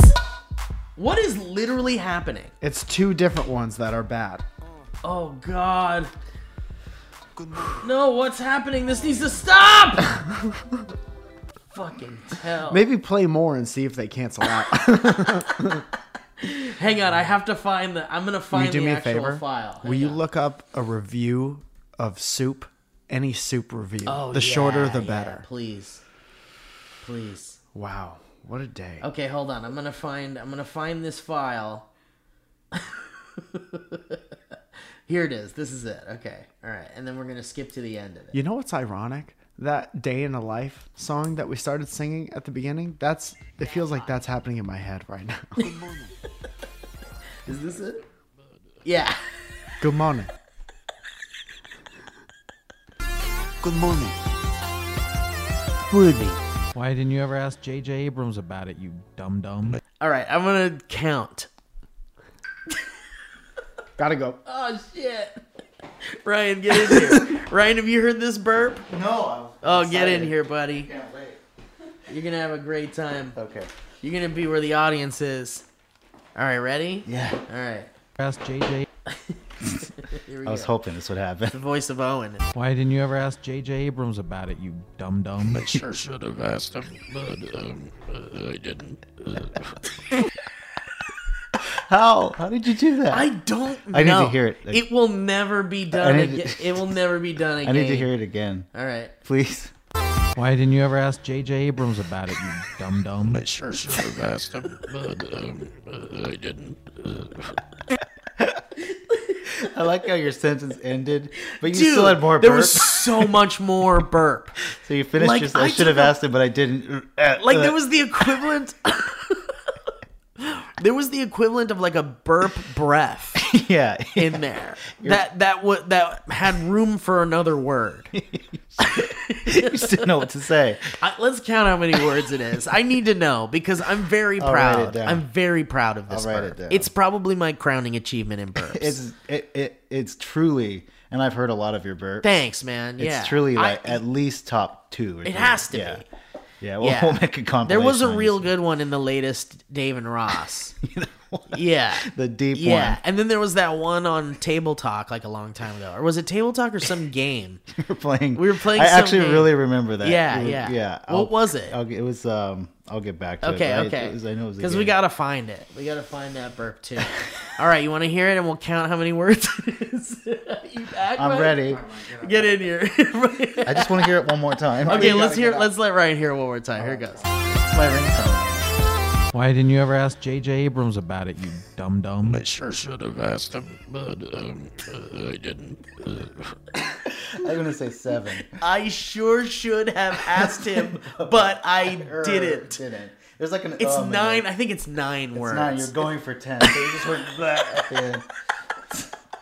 Speaker 2: What is literally happening?
Speaker 3: It's two different ones that are bad.
Speaker 2: Oh god. No, what's happening? This needs to stop! Fucking hell.
Speaker 3: Maybe play more and see if they cancel out.
Speaker 2: Hang on, I have to find the. I'm gonna
Speaker 3: Will
Speaker 2: find
Speaker 3: you do
Speaker 2: the
Speaker 3: me a
Speaker 2: actual
Speaker 3: favor?
Speaker 2: file.
Speaker 3: Will
Speaker 2: Hang
Speaker 3: you
Speaker 2: on.
Speaker 3: look up a review of soup? Any soup review.
Speaker 2: Oh,
Speaker 3: the shorter,
Speaker 2: yeah,
Speaker 3: the
Speaker 2: yeah,
Speaker 3: better.
Speaker 2: please, please.
Speaker 3: Wow, what a day.
Speaker 2: Okay, hold on. I'm gonna find. I'm gonna find this file. Here it is. This is it. Okay. All right. And then we're gonna skip to the end of it.
Speaker 3: You know what's ironic? That "Day in the Life" song that we started singing at the beginning—that's it feels like that's happening in my head right now.
Speaker 2: Is this it? Yeah.
Speaker 3: Good morning.
Speaker 6: Good morning.
Speaker 8: Why didn't you ever ask J.J. Abrams about it, you dumb dumb?
Speaker 2: All right. I'm gonna count.
Speaker 3: Gotta go.
Speaker 2: Oh shit. Ryan, get in here. Ryan, have you heard this burp?
Speaker 4: No.
Speaker 2: Oh, get in here, buddy. You're gonna have a great time.
Speaker 4: Okay.
Speaker 2: You're gonna be where the audience is. All right, ready?
Speaker 1: Yeah.
Speaker 2: All right.
Speaker 8: Ask J.J.
Speaker 2: Here we
Speaker 1: I
Speaker 2: go.
Speaker 1: was hoping this would happen.
Speaker 2: the voice of Owen.
Speaker 8: Why didn't you ever ask J.J. Abrams about it, you dumb dumb?
Speaker 9: Sure should have asked him, but um, uh, I didn't.
Speaker 1: How? How did you do that?
Speaker 2: I don't.
Speaker 1: I need to
Speaker 2: know.
Speaker 1: hear it.
Speaker 2: It will never be done
Speaker 1: need to-
Speaker 2: again. It will never be done again.
Speaker 1: I need to hear it again,
Speaker 2: All right.
Speaker 1: please.
Speaker 8: Why didn't you ever ask J.J. Abrams about it, you dumb dumb?
Speaker 9: Sure should have asked him, but um, uh, I didn't.
Speaker 1: I like how your sentence ended, but you
Speaker 2: Dude,
Speaker 1: still had more
Speaker 2: there
Speaker 1: burp.
Speaker 2: was so much more burp.
Speaker 1: so you finished.
Speaker 2: like,
Speaker 1: just,
Speaker 2: I
Speaker 1: I should have
Speaker 2: took a-
Speaker 1: asked it, but I didn't. Uh,
Speaker 2: Like there was the equivalent. there was the equivalent of like a burp breath
Speaker 1: yeah.
Speaker 2: in there. that that wa that had room for another word.
Speaker 1: you didn't know what to say.
Speaker 2: I, let's count how many words it is. I need to know because I'm very
Speaker 1: I'll write it
Speaker 2: proud.
Speaker 1: down.
Speaker 2: I'm very proud of this.
Speaker 1: I'll write it
Speaker 2: burp.
Speaker 1: down.
Speaker 2: It's probably my crowning achievement in burps.
Speaker 1: It's it, it it's truly, and I've heard a lot of your burp.
Speaker 2: Thanks, man.
Speaker 1: it's
Speaker 2: Yeah,
Speaker 1: truly
Speaker 2: I-
Speaker 1: like at least top two. Or
Speaker 2: It has to
Speaker 1: yeah.
Speaker 2: be.
Speaker 1: Yeah, we'll,
Speaker 2: Yeah.
Speaker 1: we'll make a compilation.
Speaker 2: There was a
Speaker 1: on
Speaker 2: real
Speaker 1: this.
Speaker 2: good one in the latest Dave and Ross. yeah.
Speaker 1: the deep
Speaker 2: Yeah. And then there was that one on Table Talk like a long time ago. Or was it Table Talk or some game?
Speaker 1: one. We were playing.
Speaker 2: We were playing
Speaker 1: I
Speaker 2: some
Speaker 1: actually
Speaker 2: game.
Speaker 1: really remember that.
Speaker 2: Yeah,
Speaker 1: It was-
Speaker 2: yeah.
Speaker 1: yeah.
Speaker 2: What was it?
Speaker 1: I'll, it was. Um, I'll get back to
Speaker 2: Okay,
Speaker 1: it. but I-
Speaker 2: okay.
Speaker 1: it was- I know it was a
Speaker 2: Because we
Speaker 1: game.
Speaker 2: gotta find it. We gotta find that burp too. All right, you want to hear it, and we'll count how many words it is. you back,
Speaker 1: I'm
Speaker 2: Mike?
Speaker 1: ready.
Speaker 2: Get in here.
Speaker 1: I just want to hear it one more time.
Speaker 2: okay, let's hear. Let's let Ryan hear it one more time.
Speaker 3: Oh,
Speaker 2: Here it goes.
Speaker 1: It's my ringtone.
Speaker 8: Why didn't you ever ask J.J. Abrams about it, you dumb dumb?
Speaker 9: Sure Um, should have asked him, but um, uh, I didn't.
Speaker 1: I'm gonna say seven.
Speaker 2: I sure should have asked him, but I didn't.
Speaker 1: Didn't. There's like an.
Speaker 2: It's
Speaker 3: Oh,
Speaker 1: um
Speaker 2: nine.
Speaker 1: and
Speaker 2: I think it's nine
Speaker 1: It's
Speaker 2: words.
Speaker 1: nine. You're going for ten. So you just went blah at the end.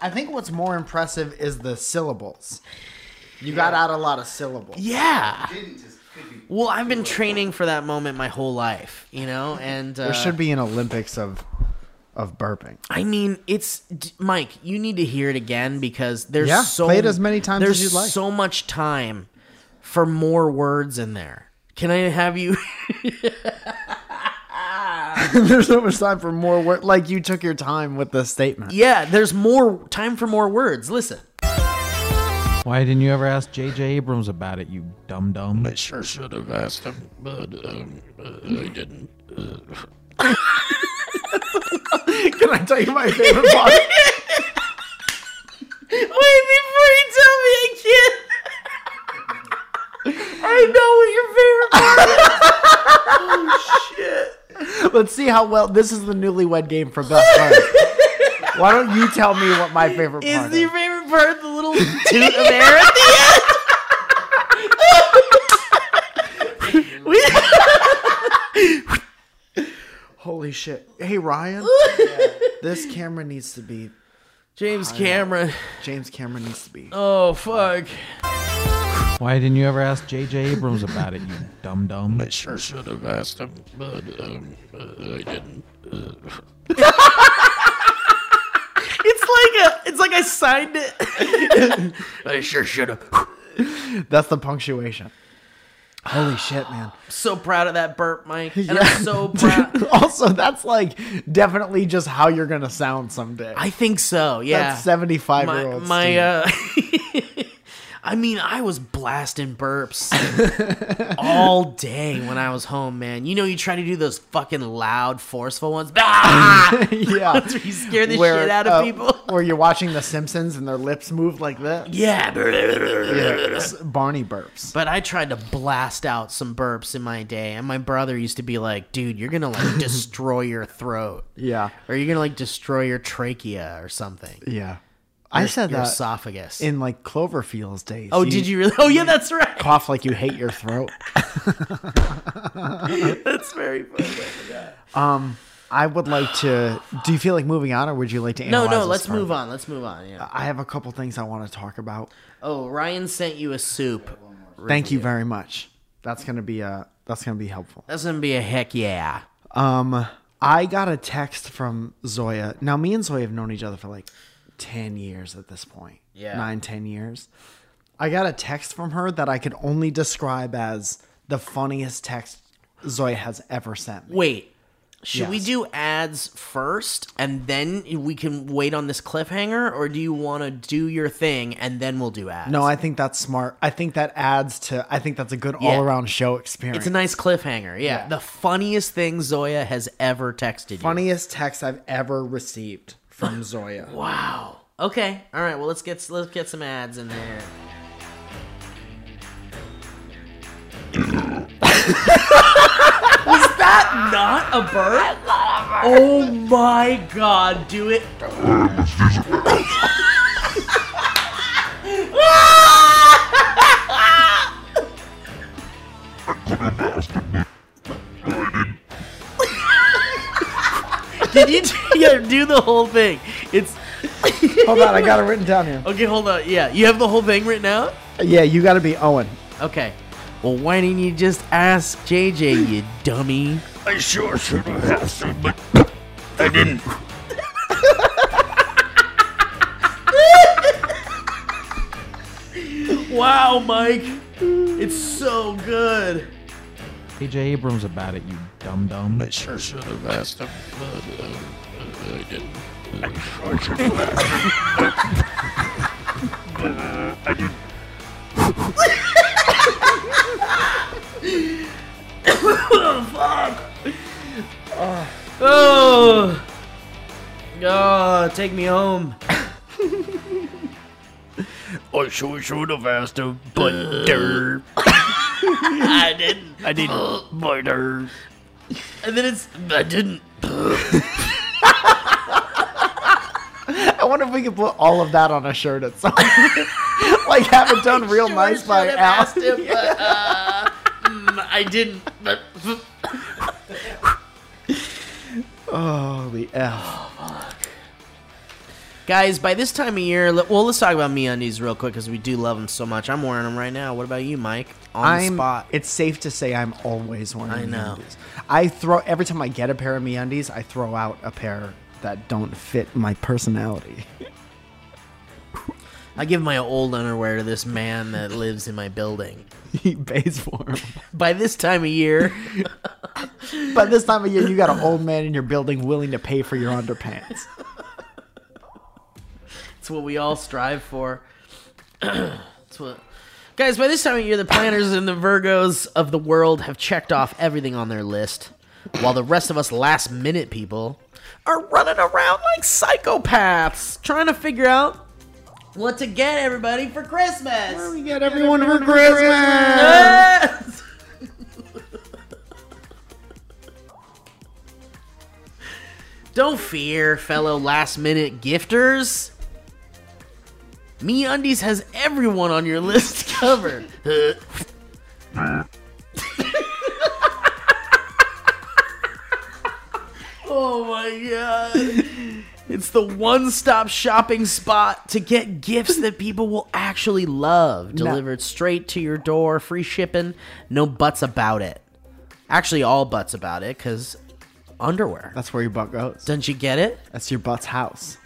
Speaker 3: I think what's more impressive is the syllables. You got out a lot of syllables.
Speaker 2: Yeah. Well, I've been training for that moment my whole life, you know, and uh,
Speaker 3: There should be an Olympics of of burping.
Speaker 2: I mean, it's d- Mike. You need to hear it again because there's
Speaker 3: Yeah,
Speaker 2: so
Speaker 3: play it as many times
Speaker 2: there's
Speaker 3: as you'd like.
Speaker 2: So much time for more words in there. Can I have you?
Speaker 3: There's so much time for more work. Like you took your time with the statement.
Speaker 2: yeah, there's more time for more words. Listen.
Speaker 8: Why didn't you ever ask J.J. Abrams about it, you dumb dumb?
Speaker 9: Sure um, should have asked him, but um, uh, I didn't.
Speaker 3: Can I tell you my favorite part?
Speaker 2: Wait before you tell me I can't. I know what your favorite part.
Speaker 3: Let's see how well this is the newlywed game for best friend. Why don't you tell me what my favorite
Speaker 2: is.
Speaker 3: part
Speaker 2: Is your
Speaker 3: is?
Speaker 2: favorite part the little toot of air at the end? We-
Speaker 3: Holy
Speaker 4: shit. Hey Ryan, this camera needs to be
Speaker 2: James
Speaker 4: higher.
Speaker 2: Cameron.
Speaker 4: James Cameron needs to be.
Speaker 2: Oh fuck.
Speaker 8: Why didn't you ever ask J.J. Abrams about it, you dumb dumb?
Speaker 9: I sure um, should have asked him, but um, uh, I didn't. Uh,
Speaker 2: It's like a, it's like I signed it. I sure should have.
Speaker 3: That's the punctuation. Holy shit, man.
Speaker 2: So proud of that burp, Mike. And I'm so proud.
Speaker 3: also, that's like definitely just how you're going to sound someday.
Speaker 2: I think so. Yeah.
Speaker 3: That's 75
Speaker 2: my,
Speaker 3: year old.
Speaker 2: my
Speaker 3: Steve.
Speaker 2: uh I mean, I was blasting burps all day when I was home, man. You know, you try to do those fucking loud, forceful ones. Ah!
Speaker 3: yeah.
Speaker 2: you scare the
Speaker 3: Where,
Speaker 2: shit out of
Speaker 3: uh,
Speaker 2: people.
Speaker 3: Or you're watching The Simpsons and their lips move like that.
Speaker 2: Yeah.
Speaker 3: Yes, Barney burps.
Speaker 2: But I tried to blast out some burps in my day, and my brother used to be like, dude, you're going to like destroy your throat,
Speaker 3: Yeah.
Speaker 2: or you're going to like destroy your trachea or something.
Speaker 3: Yeah. I
Speaker 2: Your-
Speaker 3: said
Speaker 2: your
Speaker 3: that
Speaker 2: esophagus.
Speaker 3: in like Cloverfield's days.
Speaker 2: oh, did you really? Oh, yeah, that's right.
Speaker 3: cough like you hate your throat?
Speaker 2: That's very funny.
Speaker 3: I would like to. Do you feel like moving on, or would you like to?
Speaker 2: No,
Speaker 3: analyze
Speaker 2: no,
Speaker 3: this
Speaker 2: let's
Speaker 3: further?
Speaker 2: move on. Let's move on. Yeah.
Speaker 3: I have a couple things I want to talk about.
Speaker 2: Oh, Ryan sent you a soup.
Speaker 3: Thank you very much. That's gonna be uh That's gonna be helpful.
Speaker 2: That's gonna be a heck yeah.
Speaker 3: Um, I got a text from Zoya. Now, me and Zoya have known each other for like ten years at this point.
Speaker 2: Yeah.
Speaker 3: nine, ten years. I got a text from her that I could only describe as the funniest text Zoya has ever sent me.
Speaker 2: Wait, should we
Speaker 3: Yes.
Speaker 2: do ads first and then we can wait on this cliffhanger, or do you want to do your thing and then we'll do ads?
Speaker 3: No, I think that's smart. I think that adds to. I think that's a good all around show experience.
Speaker 2: It's a nice cliffhanger. Yeah.
Speaker 3: Yeah.
Speaker 2: The funniest thing Zoya has ever texted you.
Speaker 3: funniest text I've ever received from Zoya.
Speaker 2: Wow. Okay. All right. Well, let's get let's get some ads in there. Was that not a bird? Oh my god, do it. Did you do, yeah, do the whole thing? It's
Speaker 3: Hold on, I got it written down here.
Speaker 2: okay. Hold on. Yeah, you have the whole thing written out.
Speaker 3: Yeah, you got to be Owen.
Speaker 2: Okay. Well, why didn't you just ask JJ, you dummy?
Speaker 9: I sure should have asked him, but I didn't.
Speaker 2: Wow, Mike, it's so good.
Speaker 8: J.J. Abrams about it, you dumb dumb.
Speaker 9: I sure should have asked him, but um, uh, I didn't. I sure should have asked him.
Speaker 2: Oh, oh, take me home.
Speaker 9: I sure should have asked him, but derp.
Speaker 2: I didn't.
Speaker 9: I didn't. But derp.
Speaker 2: And then it's I didn't.
Speaker 3: I wonder if we could put all of that on a shirt at some point. like have it done real nice by
Speaker 2: should have asked
Speaker 3: Al.
Speaker 2: him, but uh, mm, I didn't. But
Speaker 3: Holy F.
Speaker 2: guys, by this time of year, let, well, let's talk about me undies real quick because we do love them so much. I'm wearing them right now. What about you, Mike? On
Speaker 3: I'm.
Speaker 2: the spot.
Speaker 3: It's safe to say I'm always wearing.
Speaker 2: I know.
Speaker 3: MeUndies. I throw every time I get a pair of MeUndies, I throw out a pair that don't fit my personality.
Speaker 2: I give my old underwear to this man that lives in my building.
Speaker 3: he pays for 'em.
Speaker 2: By this time of year,
Speaker 3: By this time of year, you got an old man in your building willing to pay for your underpants.
Speaker 2: it's what we all strive for. it's what. Guys, by this time of year, the planners and the Virgos of the world have checked off everything on their list, while the rest of us last minute people are running around like psychopaths trying to figure out what to get everybody for Christmas.
Speaker 3: Get everyone for Christmas.
Speaker 2: Yes! Don't fear, fellow last minute gifters. Me Undies has everyone on your list covered. Oh my god. It's the one-stop shopping spot to get gifts that people will actually love, delivered straight to your door, free shipping, no buts about it. Actually, all buts about it cuz underwear.
Speaker 3: That's where your butt goes.
Speaker 2: Don't you get it?
Speaker 3: That's your butt's house.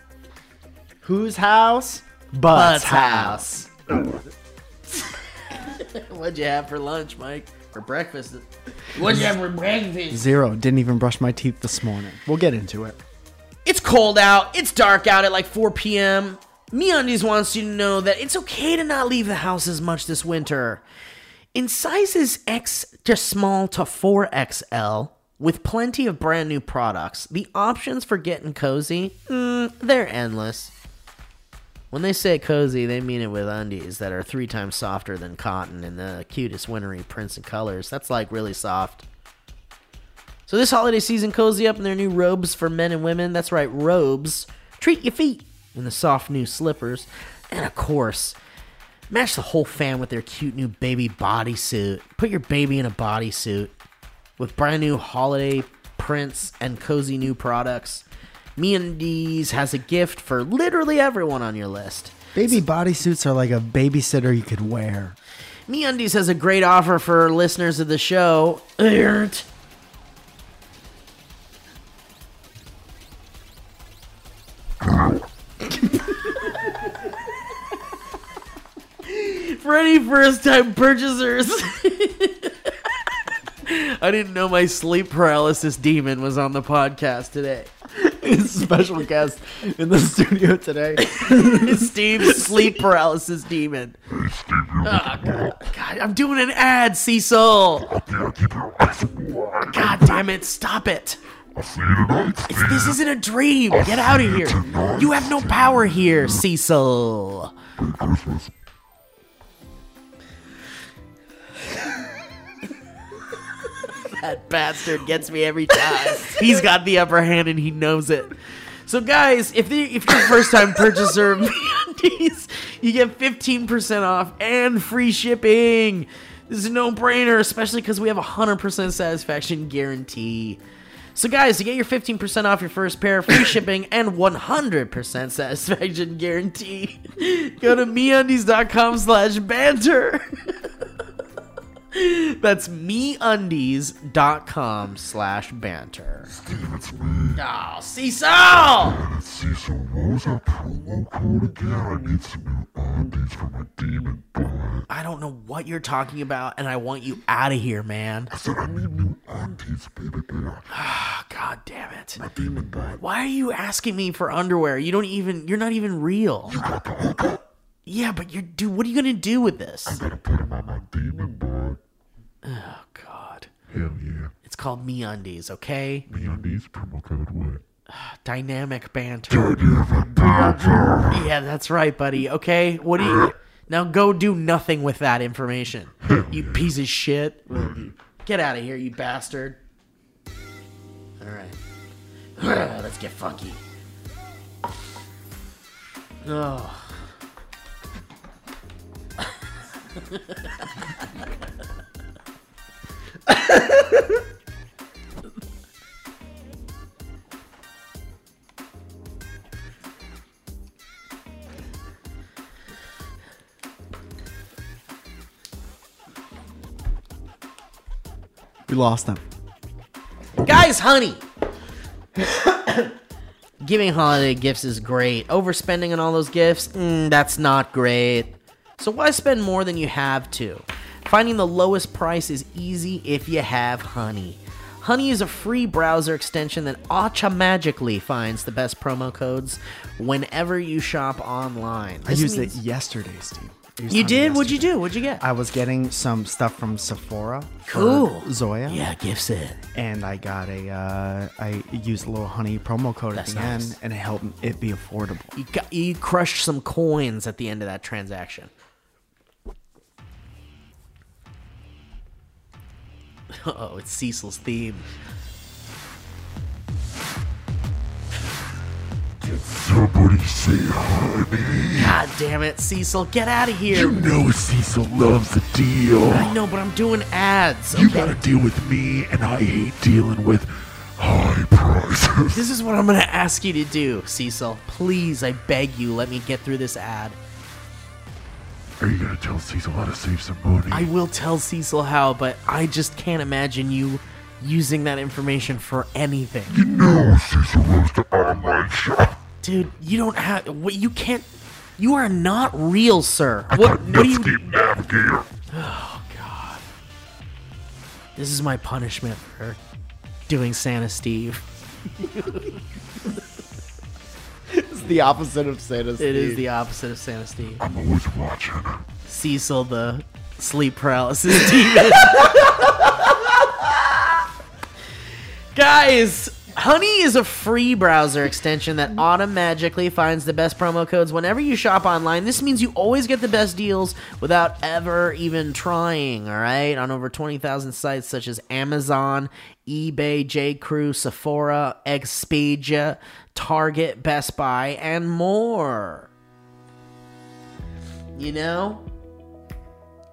Speaker 3: Whose house? Butt's,
Speaker 2: Butt's
Speaker 3: house.
Speaker 2: What'd you have for lunch, Mike? For breakfast? What'd you have for breakfast?
Speaker 3: Zero. Didn't even brush my teeth this morning. We'll get into it.
Speaker 2: It's cold out. It's dark out at like 4 p.m. MeUndies wants you to know that it's okay to not leave the house as much this winter. In sizes X to small to 4XL, with plenty of brand new products, the options for getting cozy, mm, they're endless. When they say cozy, they mean it with undies that are three times softer than cotton in the cutest wintry prints and colors. That's like really soft. So this holiday season, cozy up in their new robes for men and women. That's right, robes. Treat your feet in the soft new slippers, and of course, match the whole fam with their cute new baby bodysuit. Put your baby in a bodysuit with brand new holiday prints and cozy new products. Me and D's has a gift for literally everyone on your list.
Speaker 3: Baby bodysuits are like a babysitter you could wear.
Speaker 2: MeUndies has a great offer for listeners of the show. Ert. for any first-time purchasers. I didn't know my sleep paralysis demon was on the podcast today.
Speaker 3: Special guest in the studio today.
Speaker 2: Steve's sleep paralysis demon. Ah, God, God, I'm doing an ad, Cecil. God damn it, stop it. It's- this isn't a dream. Get out of here. You have no power here, Cecil. that bastard gets me every time. He's got the upper hand and he knows it. So guys, if the, if you're a first time purchaser of MeUndies, you get 15% off and free shipping. This is a no-brainer, especially because we have a 100% satisfaction guarantee. So guys, to get your 15% off your first pair, free shipping, and 100% satisfaction guarantee, go to MeUndies.com slash banter. That's meundies.com slash banter. Oh, Cecil!
Speaker 9: Cecil, what was that promo code again? I need some new undies for my demon boy.
Speaker 2: I don't know what you're talking about, and I want you out of here, man.
Speaker 9: I said I need new undies, baby bear.
Speaker 2: Oh, God damn it. My demon butt. Why are you asking me for underwear? You don't even, you're not even real. Yeah, but you're, dude, what are you going to do with this?
Speaker 9: Gotta put him on my demon boy.
Speaker 2: Oh, God.
Speaker 9: Hell yeah.
Speaker 2: It's called Me Undies, okay?
Speaker 9: Me undies promo code what?
Speaker 2: Dynamic banter. Yeah, that's right, buddy. Okay, what do you. Now go do nothing with that information. You piece of shit. Get out of here, you bastard. Alright. Let's get funky. Oh.
Speaker 3: We lost them.
Speaker 2: Guys, honey. Giving holiday gifts is great. Overspending on all those gifts, mm, that's not great. So why spend more than you have to? Finding the lowest price is easy if you have Honey. Honey is a free browser extension that automatically finds the best promo codes whenever you shop online.
Speaker 3: I
Speaker 2: This
Speaker 3: used
Speaker 2: means-
Speaker 3: it yesterday, Steve. I used
Speaker 2: You
Speaker 3: Honey
Speaker 2: did? What'd you
Speaker 3: yesterday.
Speaker 2: do? What'd you get?
Speaker 3: I was getting some stuff from Sephora. for
Speaker 2: Cool.
Speaker 3: Zoya.
Speaker 2: yeah, gift set.
Speaker 3: and I got a uh, I used a little honey promo code
Speaker 2: That's
Speaker 3: at the
Speaker 2: nice.
Speaker 3: end, and it helped it be affordable.
Speaker 2: You, got, you crushed some coins at the end of that transaction. Oh, it's Cecil's theme.
Speaker 9: Somebody say "Oh, hi, baby.
Speaker 2: God damn it, Cecil, get out of here!
Speaker 9: You know Cecil loves the deal.
Speaker 2: I know, but I'm doing ads.
Speaker 9: You gotta deal with me, and I hate dealing with high prices.
Speaker 2: this is what I'm going to ask you to do, Cecil. Please, I beg you, let me get through this ad.
Speaker 9: Are you gonna tell Cecil how to save some money?
Speaker 2: I will tell Cecil how, but I just can't imagine you using that information for anything.
Speaker 9: You know Cecil loves to online shop.
Speaker 2: Dude, you don't have. What you can't. You are not real, sir. What? What do you?
Speaker 9: Netscape Navigator.
Speaker 2: This is my punishment for doing Santa Steve.
Speaker 3: It's the opposite of Santa's.
Speaker 2: It is the opposite of Santa Steve.
Speaker 9: I'm always watching.
Speaker 2: Cecil, the sleep paralysis demon. Guys, Honey is a free browser extension that automatically finds the best promo codes whenever you shop online. This means you always get the best deals without ever even trying, all right? On over 20,000 sites such as Amazon, eBay, J.Crew, Sephora, Expedia, Target, Best Buy, and more. You know?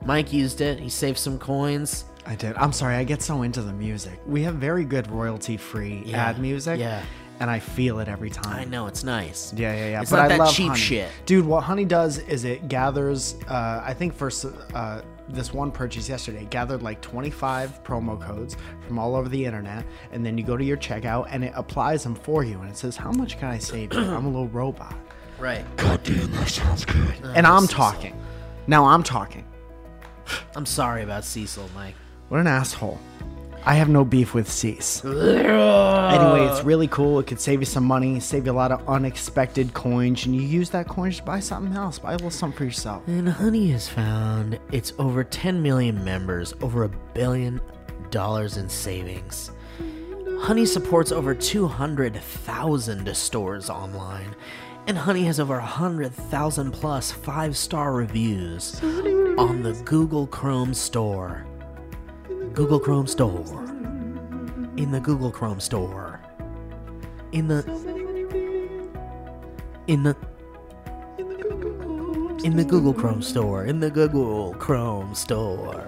Speaker 2: Mike used it. He saved some coins.
Speaker 3: I did. I'm sorry. I get so into the music. We have very good royalty-free
Speaker 2: Yeah,
Speaker 3: ad music.
Speaker 2: yeah.
Speaker 3: And I feel it every time.
Speaker 2: I know it's nice.
Speaker 3: Yeah, yeah, yeah.
Speaker 2: It's
Speaker 3: but
Speaker 2: not
Speaker 3: I
Speaker 2: that
Speaker 3: love
Speaker 2: cheap
Speaker 3: honey.
Speaker 2: shit.
Speaker 3: dude. What honey does is it gathers. Uh, I think for s- uh, this one purchase yesterday, it gathered like 25 promo codes from all over the internet, and then you go to your checkout and it applies them for you, and it says, "How much can I save you? I'm a little robot,"
Speaker 2: Right.
Speaker 9: God damn, that sounds good.
Speaker 3: and I'm talking. Now I'm talking.
Speaker 2: I'm sorry about Cecil, Mike.
Speaker 3: What an asshole. I have no beef with Cease.
Speaker 2: anyway,
Speaker 3: Anyway, it's really cool. It could save you some money, save you a lot of unexpected coins, and you use that coins to buy something else. Buy a little something for yourself.
Speaker 2: And Honey has found it's over 10 million members, over a billion dollars in savings. Honey supports over 200,000 stores online, and Honey has over 100,000 plus five star reviews on the Google Chrome Store. Google Chrome Store. In the Google Chrome Store. In the. In the. In the Google Chrome store. In the Google Chrome store.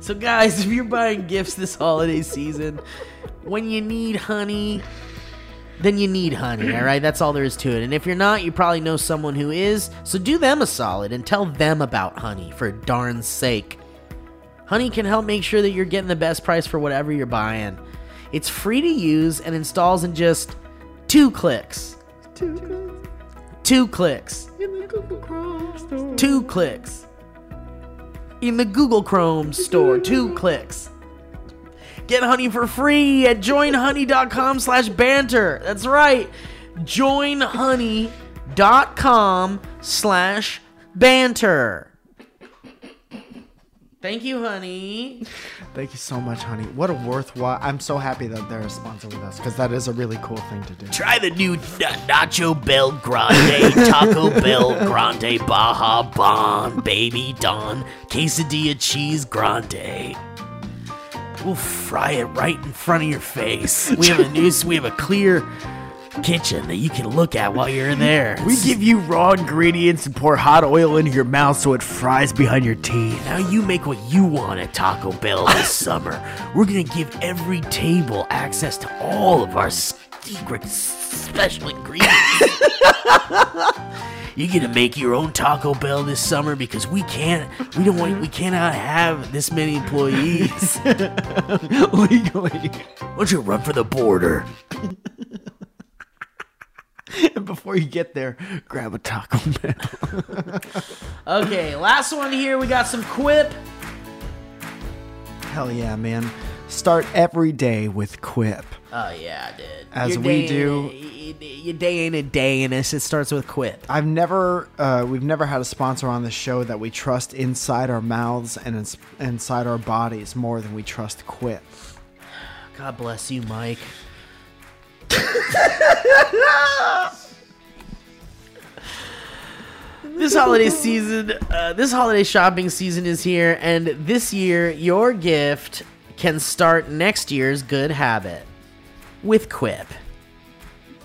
Speaker 2: So, guys, if you're buying gifts this holiday season, when you need honey, then you need honey, all right? That's all there is to it. And if you're not, you probably know someone who is. So, do them a solid and tell them about honey for darn sake. Honey can help make sure that you're getting the best price for whatever you're buying. It's free to use and installs in just two clicks. Two clicks. Two clicks. In the Google Chrome store. Two clicks. Get Honey for free at joinhoney.com slash banter. That's right. Joinhoney.com slash banter. Thank you, honey.
Speaker 3: Thank you so much, honey. What a worthwhile. I'm so happy that they're a sponsor with us because that is a really cool thing to do.
Speaker 2: Try the new Nacho Bell Grande, Taco Bell Grande, Baja Bon, Baby Don, Quesadilla Cheese Grande. We'll fry it right in front of your face. We have a new, we have a clear kitchen that you can look at while you're in there.
Speaker 3: We give you raw ingredients and pour hot oil into your mouth so it fries behind your teeth.
Speaker 2: Now you make what you want at Taco Bell this summer. We're gonna give every table access to all of our secret special ingredients. You're gonna make your own Taco Bell this summer because we can't, we don't want, we cannot have this many employees.
Speaker 3: Legally.
Speaker 2: Why don't you run for the border?
Speaker 3: And before you get there, grab a Taco Bell.
Speaker 2: Okay, last one here. We got some quip.
Speaker 3: Hell yeah, man. Start every day with Quip.
Speaker 2: Oh yeah, dude.
Speaker 3: As Your we day do-
Speaker 2: Your day ain't a day in us. It starts with quip.
Speaker 3: I've never, uh, we've never had a sponsor on the show that we trust inside our mouths and ins- inside our bodies more than we trust Quip.
Speaker 2: God bless you, Mike. this holiday season, uh, this holiday shopping season is here, and this year your gift can start next year's good habit with Quip.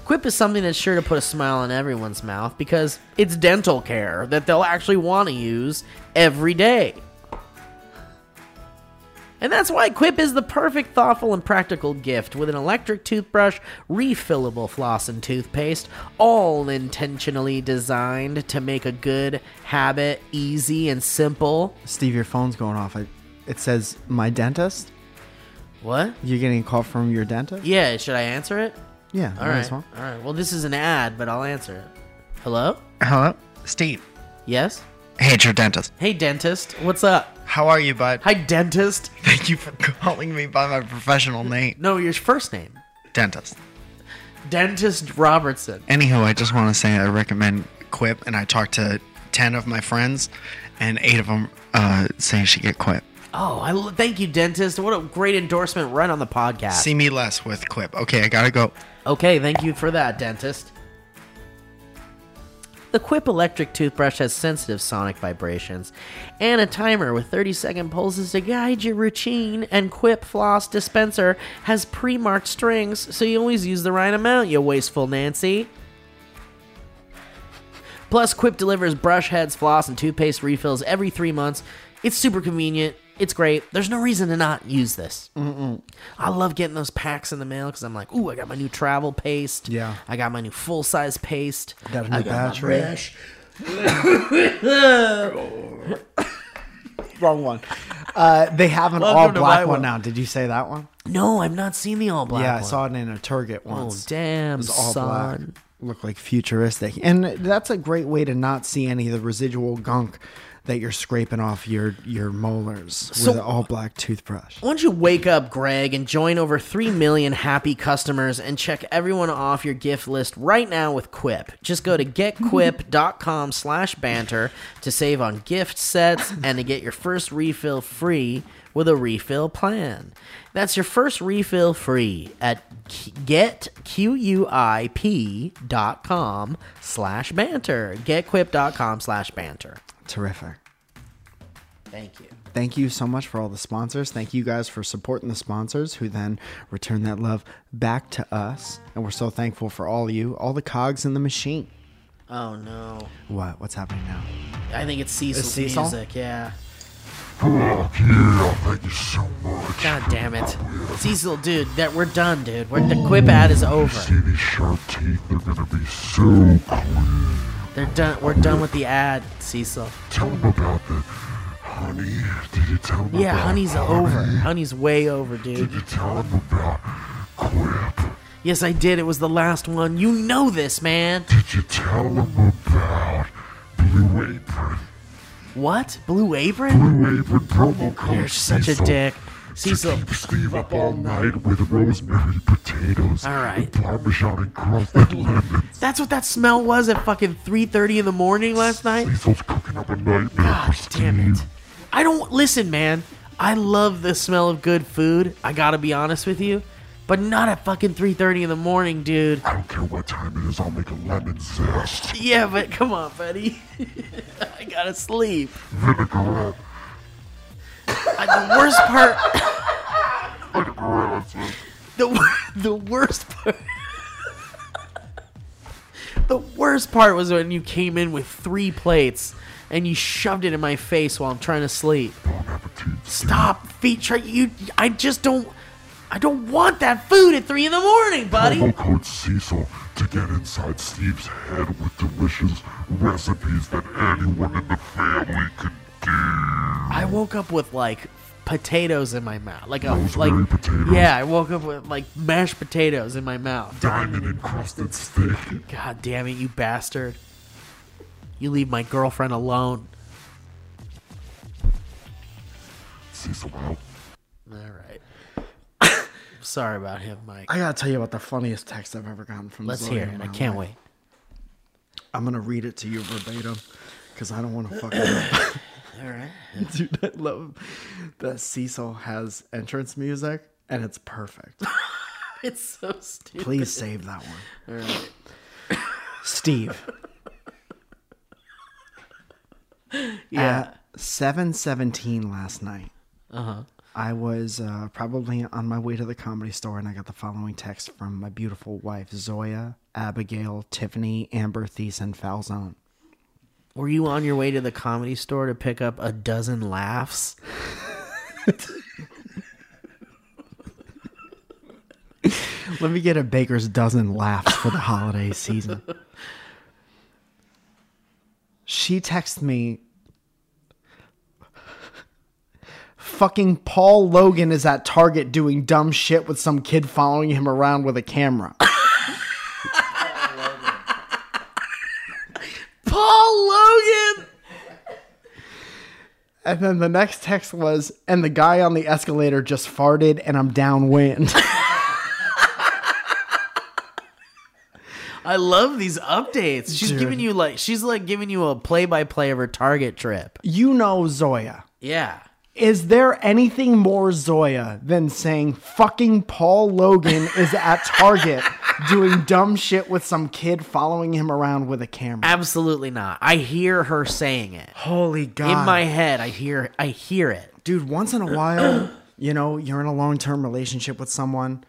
Speaker 2: Quip is something that's sure to put a smile on everyone's mouth because it's dental care that they'll actually want to use every day. And that's why Quip is the perfect, thoughtful, and practical gift with an electric toothbrush, refillable floss and toothpaste, all intentionally designed to make a good habit easy and simple.
Speaker 3: Steve, your phone's going off. It, it says, My dentist?
Speaker 2: What?
Speaker 3: You're getting a call from your dentist?
Speaker 2: Yeah, should I answer it?
Speaker 3: Yeah,
Speaker 2: All
Speaker 3: might
Speaker 2: right.
Speaker 3: as well.
Speaker 2: All right. Well, this is an ad, but I'll answer it. Hello?
Speaker 10: Hello, Steve.
Speaker 2: Yes?
Speaker 10: Hey, it's your dentist.
Speaker 2: Hey, dentist. What's up?
Speaker 10: How are you, bud?
Speaker 2: Hi, dentist.
Speaker 10: Thank you for calling me by my professional name.
Speaker 2: No, your first name.
Speaker 10: Dentist.
Speaker 2: Dentist Robertson.
Speaker 10: Anyhow, I just want to say I recommend Quip, and I talked to ten of my friends, and eight of them uh, say you should get Quip.
Speaker 2: Oh, I lo- thank you, dentist. What a great endorsement right on the podcast.
Speaker 10: See me less with Quip. Okay, I gotta go.
Speaker 2: Okay, thank you for that, dentist. The Quip electric toothbrush has sensitive sonic vibrations and a timer with 30 second pulses to guide your routine. And Quip floss dispenser has pre marked strings so you always use the right amount, you wasteful Nancy. Plus, Quip delivers brush heads, floss, and toothpaste refills every three months. It's super convenient. It's great. There's no reason to not use this.
Speaker 3: Mm-mm.
Speaker 2: I love getting those packs in the mail because I'm like, ooh, I got my new travel paste.
Speaker 3: Yeah.
Speaker 2: I got my new full size paste.
Speaker 3: Got a
Speaker 2: I
Speaker 3: new batch, right?
Speaker 2: brush.
Speaker 3: Wrong one. Uh, they have an
Speaker 2: Welcome
Speaker 3: all
Speaker 2: to my
Speaker 3: black
Speaker 2: world.
Speaker 3: one now. Did you say that one?
Speaker 2: no, I've not seen the all black.
Speaker 3: yeah,
Speaker 2: one. Oh,
Speaker 3: I saw it in a Target once.
Speaker 2: damn,
Speaker 3: It was all
Speaker 2: son.
Speaker 3: black. Looked like futuristic, and that's a great way to not see any of the residual gunk that you're scraping off your your molars
Speaker 2: So-
Speaker 3: with an all black toothbrush.
Speaker 2: Why don't you wake up, Greg, and join over 3 million happy customers and check everyone off your gift list right now with Quip. Just go to getquip.com slash banter to save on gift sets and to get your first refill free with a refill plan. That's your first refill free at k- getquip.com slash banter. Getquip.com slash banter.
Speaker 3: Terrific.
Speaker 2: Thank you.
Speaker 3: Thank you so much for all the sponsors. Thank you guys for supporting the sponsors who then return that love back to us. And we're so thankful for all you, all the cogs in the machine.
Speaker 2: Oh no.
Speaker 3: What? What's happening now?
Speaker 2: I think it's Cecil's
Speaker 3: Cecil?
Speaker 2: music, yeah.
Speaker 9: yeah, thank you so much.
Speaker 2: God damn it. Cecil, dude, that we're done, dude. We're, the quip ad is over.
Speaker 9: See these sharp teeth? They're gonna be so clean.
Speaker 2: They're done. We're done with the ad, Cecil.
Speaker 9: Tell them about the honey. Did you tell them
Speaker 2: Yeah,
Speaker 9: about
Speaker 2: honey's
Speaker 9: honey?
Speaker 2: over. Honey's way over, dude.
Speaker 9: Did you tell them about Quip?
Speaker 2: Yes, I did. It was the last one. You know this, man.
Speaker 9: Did you tell them about Blue Apron?
Speaker 2: What? Blue Apron?
Speaker 9: Blue Apron promo code
Speaker 2: You're such a
Speaker 9: Cecil.
Speaker 2: dick. Cecil.
Speaker 9: Keep Steve up all night with rosemary potatoes.
Speaker 2: All right.
Speaker 9: And Parmesan encrusted lemons.
Speaker 2: That's what that smell was at fucking 3.30 in the morning last night?
Speaker 9: Cecil's cooking up a nightmare for Steve.
Speaker 2: damn it. I don't listen, man. I love the smell of good food. I gotta be honest with you, but not at fucking three thirty in the morning, dude.
Speaker 9: I don't care what time it is, I'll make a lemon zest.
Speaker 2: Yeah, but come on, buddy. I gotta sleep.
Speaker 9: Vinaigrette.
Speaker 2: I, the worst part. the wor- the worst part. the worst part was when you came in with three plates and you shoved it in my face while I'm trying to sleep. Stop, feet. Try you. I just don't. I don't want that food at three in the morning, buddy.
Speaker 9: Promo code Cecil to get inside Steve's head with delicious recipes that anyone in the family can do.
Speaker 2: I woke up with like potatoes in my mouth, like a
Speaker 9: Rosemary
Speaker 2: like
Speaker 9: potatoes.
Speaker 2: yeah. I woke up with like mashed potatoes in my mouth.
Speaker 9: Diamond encrusted steak.
Speaker 2: God damn it, you bastard! You leave my girlfriend alone.
Speaker 9: Cecil out.
Speaker 2: All right. Sorry about him, Mike.
Speaker 3: I gotta tell you about the funniest text I've ever gotten from.
Speaker 2: Let's
Speaker 3: Zillion
Speaker 2: hear it.
Speaker 3: in
Speaker 2: I
Speaker 3: my
Speaker 2: can't
Speaker 3: life.
Speaker 2: wait.
Speaker 3: I'm gonna read it to you verbatim because I don't want to fucking.
Speaker 2: All right.
Speaker 3: Dude, I love that Cecil has entrance music and it's perfect.
Speaker 2: It's so stupid.
Speaker 3: Please save that one.
Speaker 2: All right.
Speaker 3: Steve.
Speaker 2: Yeah.
Speaker 3: At 717 last night.
Speaker 2: Uh-huh.
Speaker 3: I was uh, probably on my way to the comedy store and I got the following text from my beautiful wife, Zoya, Abigail, Tiffany, Amber, Thiessen, Falzone.
Speaker 2: Were you on your way to the comedy store to pick up a dozen laughs?
Speaker 3: Let me get a baker's dozen laughs for the holiday season. She texted me. Fucking Paul Logan is at Target doing dumb shit with some kid following him around with a camera.
Speaker 2: Paul Logan.
Speaker 3: And then the next text was, and the guy on the escalator just farted and I'm downwind.
Speaker 2: I love these updates. She's
Speaker 3: Dude.
Speaker 2: giving you like she's like giving you a play by play of her Target trip.
Speaker 3: you know Zoya.
Speaker 2: Yeah.
Speaker 3: Is there anything more Zoya than saying fucking Paul Logan is at Target doing dumb shit with some kid following him around with a camera?
Speaker 2: Absolutely not. I hear her saying it.
Speaker 3: Holy God.
Speaker 2: In my head, I hear I hear it.
Speaker 3: Dude, once in a while, you know, you're in a long term relationship with someone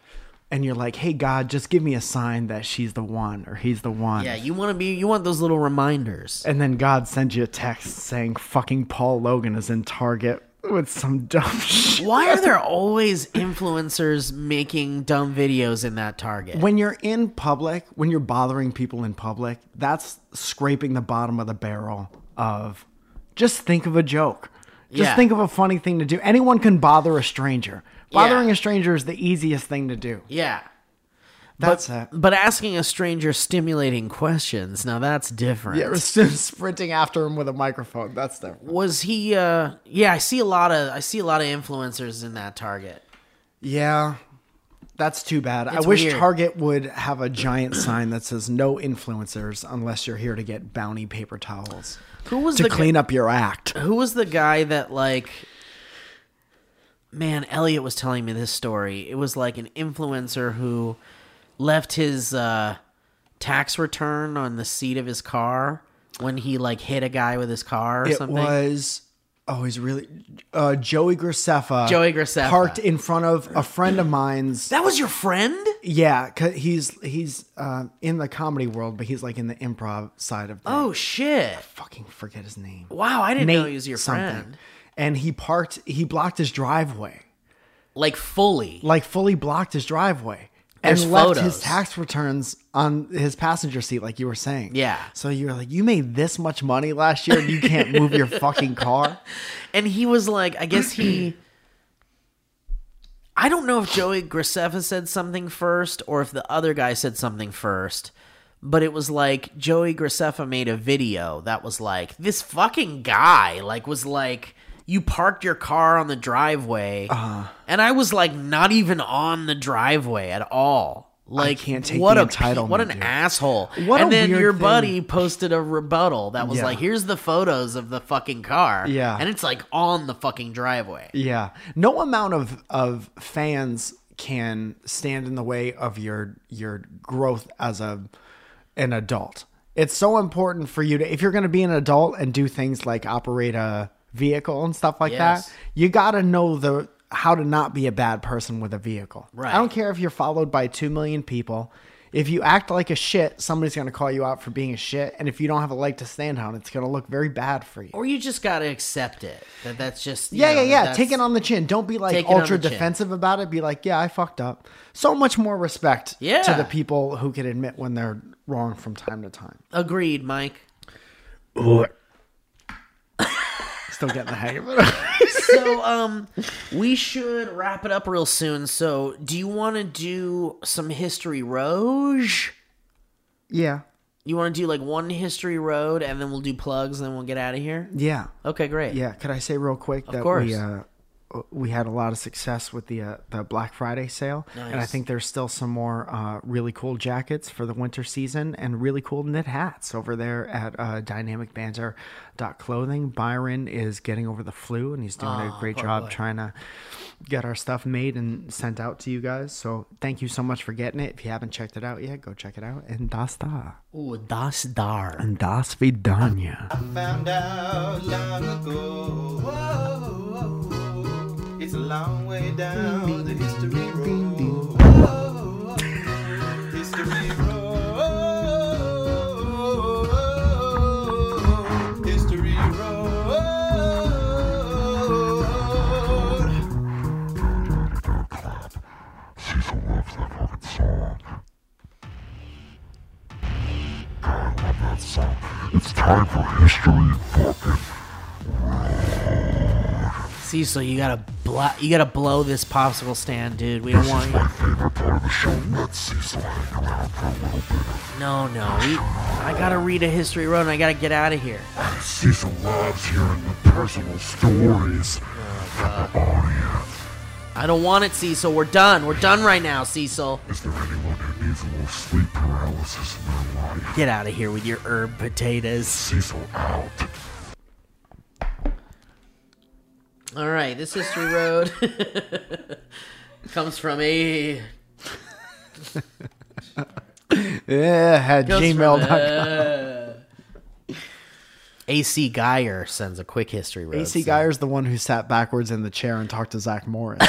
Speaker 3: and you're like, hey, God, just give me a sign that she's the one or he's the one.
Speaker 2: Yeah, you want to be you want those little reminders.
Speaker 3: And then God sends you a text saying fucking Paul Logan is in Target with some dumb shit.
Speaker 2: Why are there always influencers making dumb videos in that Target?
Speaker 3: When you're in public, when you're bothering people in public, that's scraping the bottom of the barrel of just think of a joke. Just
Speaker 2: Yeah.
Speaker 3: think of a funny thing to do. Anyone can bother a stranger.
Speaker 2: Yeah.
Speaker 3: Bothering a stranger is the easiest thing to do.
Speaker 2: Yeah.
Speaker 3: That's
Speaker 2: but,
Speaker 3: it.
Speaker 2: But asking a stranger stimulating questions, now that's different.
Speaker 3: Yeah, we're still sprinting after him with a microphone. That's different.
Speaker 2: was he uh yeah, I see a lot of I see a lot of influencers in that Target.
Speaker 3: Yeah. That's too bad.
Speaker 2: It's
Speaker 3: I wish
Speaker 2: weird.
Speaker 3: Target would have a giant sign that says no influencers unless you're here to get bounty paper towels.
Speaker 2: Who was
Speaker 3: to
Speaker 2: the
Speaker 3: clean up your act?
Speaker 2: Who was the guy that like man, Elliot was telling me this story. It was like an influencer who left his uh tax return on the seat of his car when he like hit a guy with his car or
Speaker 3: It
Speaker 2: something.
Speaker 3: was oh, he's really uh, Joey Graceffa.
Speaker 2: Joey Graceffa.
Speaker 3: parked in front of a friend of mine's.
Speaker 2: that was your friend?
Speaker 3: Yeah, 'cause he's he's uh, in the comedy world, but he's like in the improv side of. Things.
Speaker 2: Oh shit.
Speaker 3: fucking forget his name.
Speaker 2: Wow, I didn't know
Speaker 3: Nate
Speaker 2: he was your
Speaker 3: something.
Speaker 2: friend.
Speaker 3: And he parked. He blocked his driveway,
Speaker 2: Like fully.
Speaker 3: like fully blocked his driveway, and
Speaker 2: There's
Speaker 3: left
Speaker 2: photos.
Speaker 3: his tax returns on his passenger seat, like you were saying.
Speaker 2: Yeah.
Speaker 3: So you were like, you made this much money last year, and you can't move your fucking car.
Speaker 2: And he was like, I guess he. I don't know if Joey Graceffa said something first or if the other guy said something first, but it was like Joey Graceffa made a video that was like, this fucking guy, like, was like, you parked your car on the driveway.
Speaker 3: Uh-huh.
Speaker 2: And I was like, not even on the driveway at all. Like,
Speaker 3: can't take
Speaker 2: what
Speaker 3: the
Speaker 2: a pe-
Speaker 3: entitlement,
Speaker 2: what an
Speaker 3: dude.
Speaker 2: asshole!
Speaker 3: What
Speaker 2: and
Speaker 3: a
Speaker 2: then
Speaker 3: weird
Speaker 2: your
Speaker 3: thing.
Speaker 2: buddy posted a rebuttal that was
Speaker 3: Yeah.
Speaker 2: like, "Here's the photos of the fucking car."
Speaker 3: Yeah.
Speaker 2: and it's like on the fucking driveway.
Speaker 3: Yeah. No amount of of fans can stand in the way of your your growth as a an adult. It's so important for you to if you're going to be an adult and do things like operate a vehicle and stuff like
Speaker 2: Yes.
Speaker 3: that, you got to know the how to not be a bad person with a vehicle.
Speaker 2: Right.
Speaker 3: I don't care if you're followed by 2 million people. If you act like a shit, somebody's going to call you out for being a shit, and if you don't have a leg to stand on, it's going to look very bad for you.
Speaker 2: Or you just gotta accept it that that's just you
Speaker 3: Yeah,
Speaker 2: know,
Speaker 3: yeah, yeah.
Speaker 2: that's-
Speaker 3: Take it on the chin. Don't be
Speaker 2: Take
Speaker 3: like
Speaker 2: it on
Speaker 3: ultra
Speaker 2: the chin.
Speaker 3: defensive about it. Be like, yeah, I fucked up. So much more respect
Speaker 2: Yeah.
Speaker 3: to the people who can admit when they're wrong from time to time.
Speaker 2: Agreed, Mike.
Speaker 3: Still getting the hang of it.
Speaker 2: so um, we should wrap it up real soon. So, do you want to do some history roge?
Speaker 3: yeah.
Speaker 2: You want to do like one history road, and then we'll do plugs, and then we'll get out of here.
Speaker 3: Yeah.
Speaker 2: Okay, great.
Speaker 3: Yeah. Could I say real quick that
Speaker 2: course.
Speaker 3: we uh, we had a lot of success with the uh, the Black Friday sale, and I
Speaker 2: Nice.
Speaker 3: think there's still some more uh, really cool jackets for the winter season and really cool knit hats over there at uh, Dynamic Banter Clothing. Byron is getting over the flu, and he's doing a
Speaker 2: Ah,
Speaker 3: great job trying to get our stuff made and sent out to you guys. So thank you so much for getting it. If you haven't checked it out yet, go check it out. And dasta
Speaker 2: Ooh, das dar.
Speaker 3: and das vidanya.
Speaker 11: found out long ago. Whoa, it's a long way down the history road. Whoa, history road. History road.
Speaker 9: Cecil loves that fucking song.
Speaker 2: Cecil, you gotta blow, you gotta blow this popsicle stand, dude. We don't want you. No, no, we, I gotta read a history road, and I gotta get out of here.
Speaker 9: Cecil loves hearing the personal stories.
Speaker 2: I don't want it, Cecil. We're done. We're done right now, Cecil.
Speaker 9: Is there anyone who needs a little sleep paralysis in their life?
Speaker 2: Get out of here with your herb potatoes.
Speaker 9: Cecil out.
Speaker 2: All right, this history road comes from a
Speaker 3: Yeah,
Speaker 2: Goes from,
Speaker 3: gmail.com.
Speaker 2: uh, AC Geyer sends a quick history road.
Speaker 3: AC Geyer's the one who sat backwards in the chair and talked to Zach Morris.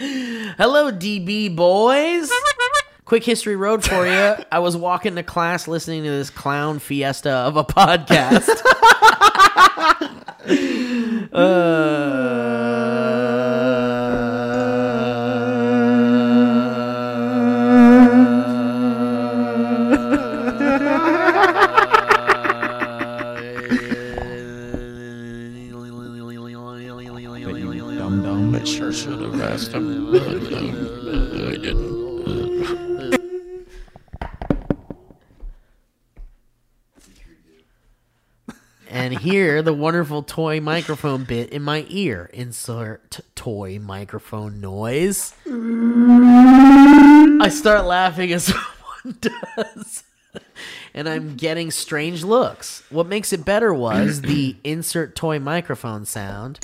Speaker 2: Hello, DB boys. Quick history road for you. I was walking to class listening to this clown fiesta of a podcast. Uh.
Speaker 12: I sure should have asked him, but um, I didn't.
Speaker 2: and hear the wonderful toy microphone bit in my ear. Insert toy microphone noise. I start laughing as one does. And I'm getting strange looks. What makes it better was the insert toy microphone sound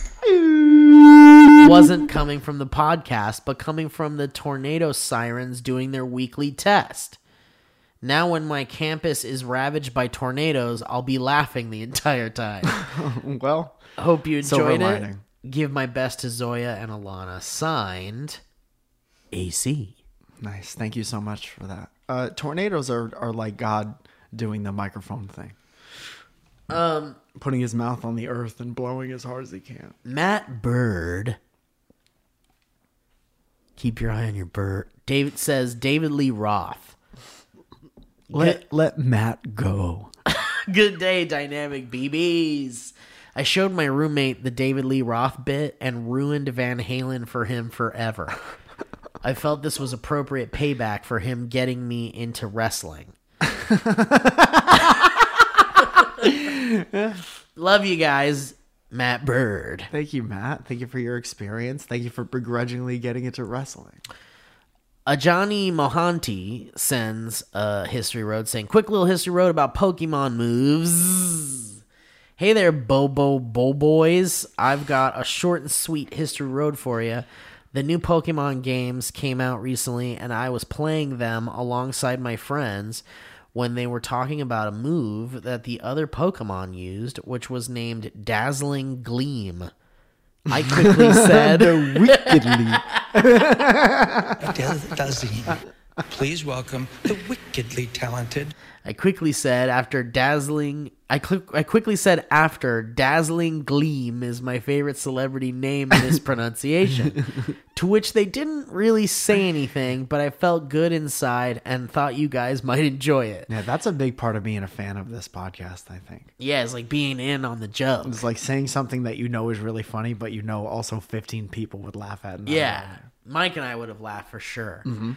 Speaker 2: wasn't coming from the podcast, but coming from the tornado sirens doing their weekly test. Now, when my campus is ravaged by tornadoes, I'll be laughing the entire time.
Speaker 3: well,
Speaker 2: hope you
Speaker 3: silver
Speaker 2: enjoyed it.
Speaker 3: lining.
Speaker 2: Give my best to Zoya and Alana. Signed, AC.
Speaker 3: nice. Thank you so much for that. Uh, tornadoes are, are like God doing the microphone thing,
Speaker 2: Um,
Speaker 3: putting his mouth on the earth and blowing as hard as he can.
Speaker 2: Matt Bird. Keep your eye on your bird. David says David Lee Roth.
Speaker 3: Let, let Matt go.
Speaker 2: Good day, dynamic BBs. I showed my roommate the David Lee Roth bit and ruined Van Halen for him forever. I felt this was appropriate payback for him getting me into wrestling. Love you guys, Matt Bird.
Speaker 3: Thank you, Matt. Thank you for your experience. Thank you for begrudgingly getting into wrestling.
Speaker 2: Ajani Mohanty sends a history road saying, "Quick little history road about Pokemon moves." Hey there, Bobo Bo boys! I've got a short and sweet history road for you. The new Pokemon games came out recently, and I was playing them alongside my friends when they were talking about a move that the other Pokemon used, which was named Dazzling Gleam. I quickly said,
Speaker 3: The Wicked Leap.
Speaker 6: Please welcome the wickedly talented.
Speaker 2: I quickly said after dazzling. I, click I quickly said after dazzling gleam is my favorite celebrity name mispronunciation. to which they didn't really say anything, but I felt good inside and thought you guys might enjoy it.
Speaker 3: Yeah, that's a big part of being a fan of this podcast, I think.
Speaker 2: Yeah, it's like being in on the joke.
Speaker 3: It's like saying something that you know is really funny, but you know also 15 people would laugh at. and not laugh
Speaker 2: Yeah, Mike and I would have laughed for sure.
Speaker 3: Mm-hmm.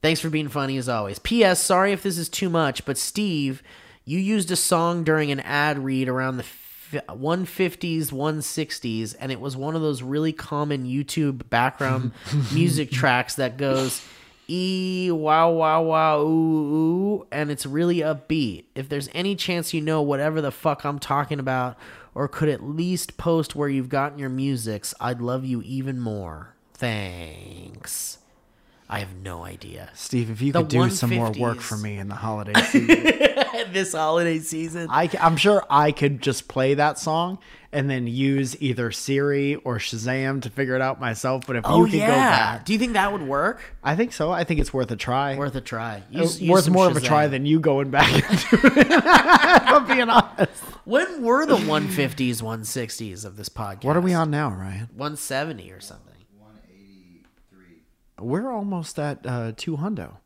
Speaker 2: Thanks for being funny as always. P.S. Sorry if this is too much, but Steve, you used a song during an ad read around the f- 150s, 160s, and it was one of those really common YouTube background music tracks that goes. E wow wow wow ooh ooh and it's really upbeat. If there's any chance you know whatever the fuck I'm talking about, or could at least post where you've gotten your musics, I'd love you even more. Thanks. I have no idea.
Speaker 3: Steve, if you
Speaker 2: The
Speaker 3: could do some more work
Speaker 2: 150s.
Speaker 3: for me in the holiday season,
Speaker 2: this holiday season.
Speaker 3: I, am sure I could just play that song and then use either Siri or Shazam to figure it out myself. But if
Speaker 2: oh
Speaker 3: you could
Speaker 2: yeah.
Speaker 3: go back,
Speaker 2: Do you think that would work?
Speaker 3: I think so. I think it's worth a try.
Speaker 2: Worth a try.
Speaker 3: It's Uh, worth more of a try than you going back into it. if I'm being honest.
Speaker 2: When were the 150s, 160s of this podcast?
Speaker 3: What are we on now, Ryan?
Speaker 2: 170 or something.
Speaker 3: We're almost at uh, two hundo.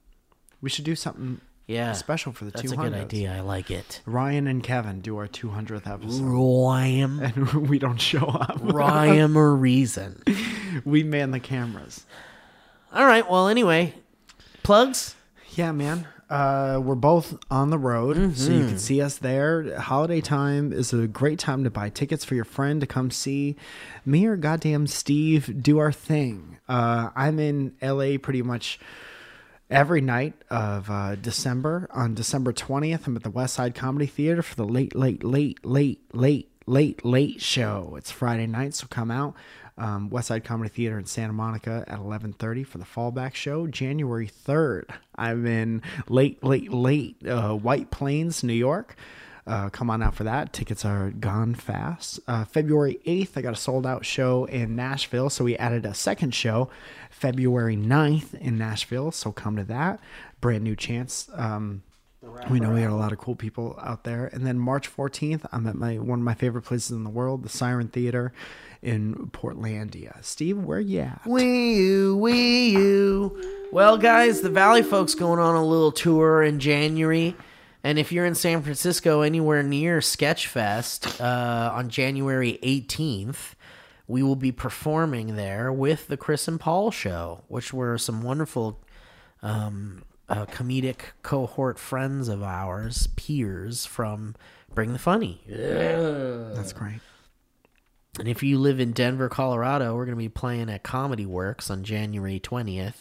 Speaker 3: We should do something
Speaker 2: Yeah.
Speaker 3: special for the
Speaker 2: That's a
Speaker 3: 200th.
Speaker 2: good idea. I like it.
Speaker 3: Ryan and Kevin do our 200th episode.
Speaker 2: Ryan.
Speaker 3: And we don't show up.
Speaker 2: Rhyme or reason.
Speaker 3: we man the cameras.
Speaker 2: All right. Well, anyway, plugs.
Speaker 3: Yeah, man. Uh, we're both on the road, so you can
Speaker 2: Mhm.
Speaker 3: see us there. Holiday time is a great time to buy tickets for your friend to come see me or goddamn Steve do our thing. Uh, I'm in LA pretty much every night of uh, December. On December 20th, I'm at the West Side Comedy Theater for the late, late, late, late, late, late, late show. It's Friday night, so come out. Um, West Side Comedy Theater in Santa Monica at 11:30 for the fallback show. January 3rd, I'm in late, late, late uh, White Plains, New York. Uh, come on out for that. Tickets are gone fast. Uh, February 8th, I got a sold out show in Nashville. So we added a second show February 9th in Nashville. So come to that. Brand new chance. Um, we know we had a lot of cool people out there. And then March 14th, I'm at my one of my favorite places in the world, the Siren Theater in Portlandia. Steve, where you at?
Speaker 2: Wee you, wee you. Well, guys, the Valley folks going on a little tour in January, and if you're in San Francisco, anywhere near Sketchfest uh, on January 18th, we will be performing there with the Chris and Paul show, which were some wonderful um, uh, comedic cohort friends of ours, peers from Bring the Funny.
Speaker 3: That's great.
Speaker 2: And if you live in Denver, Colorado, we're going to be playing at Comedy Works on January 20th.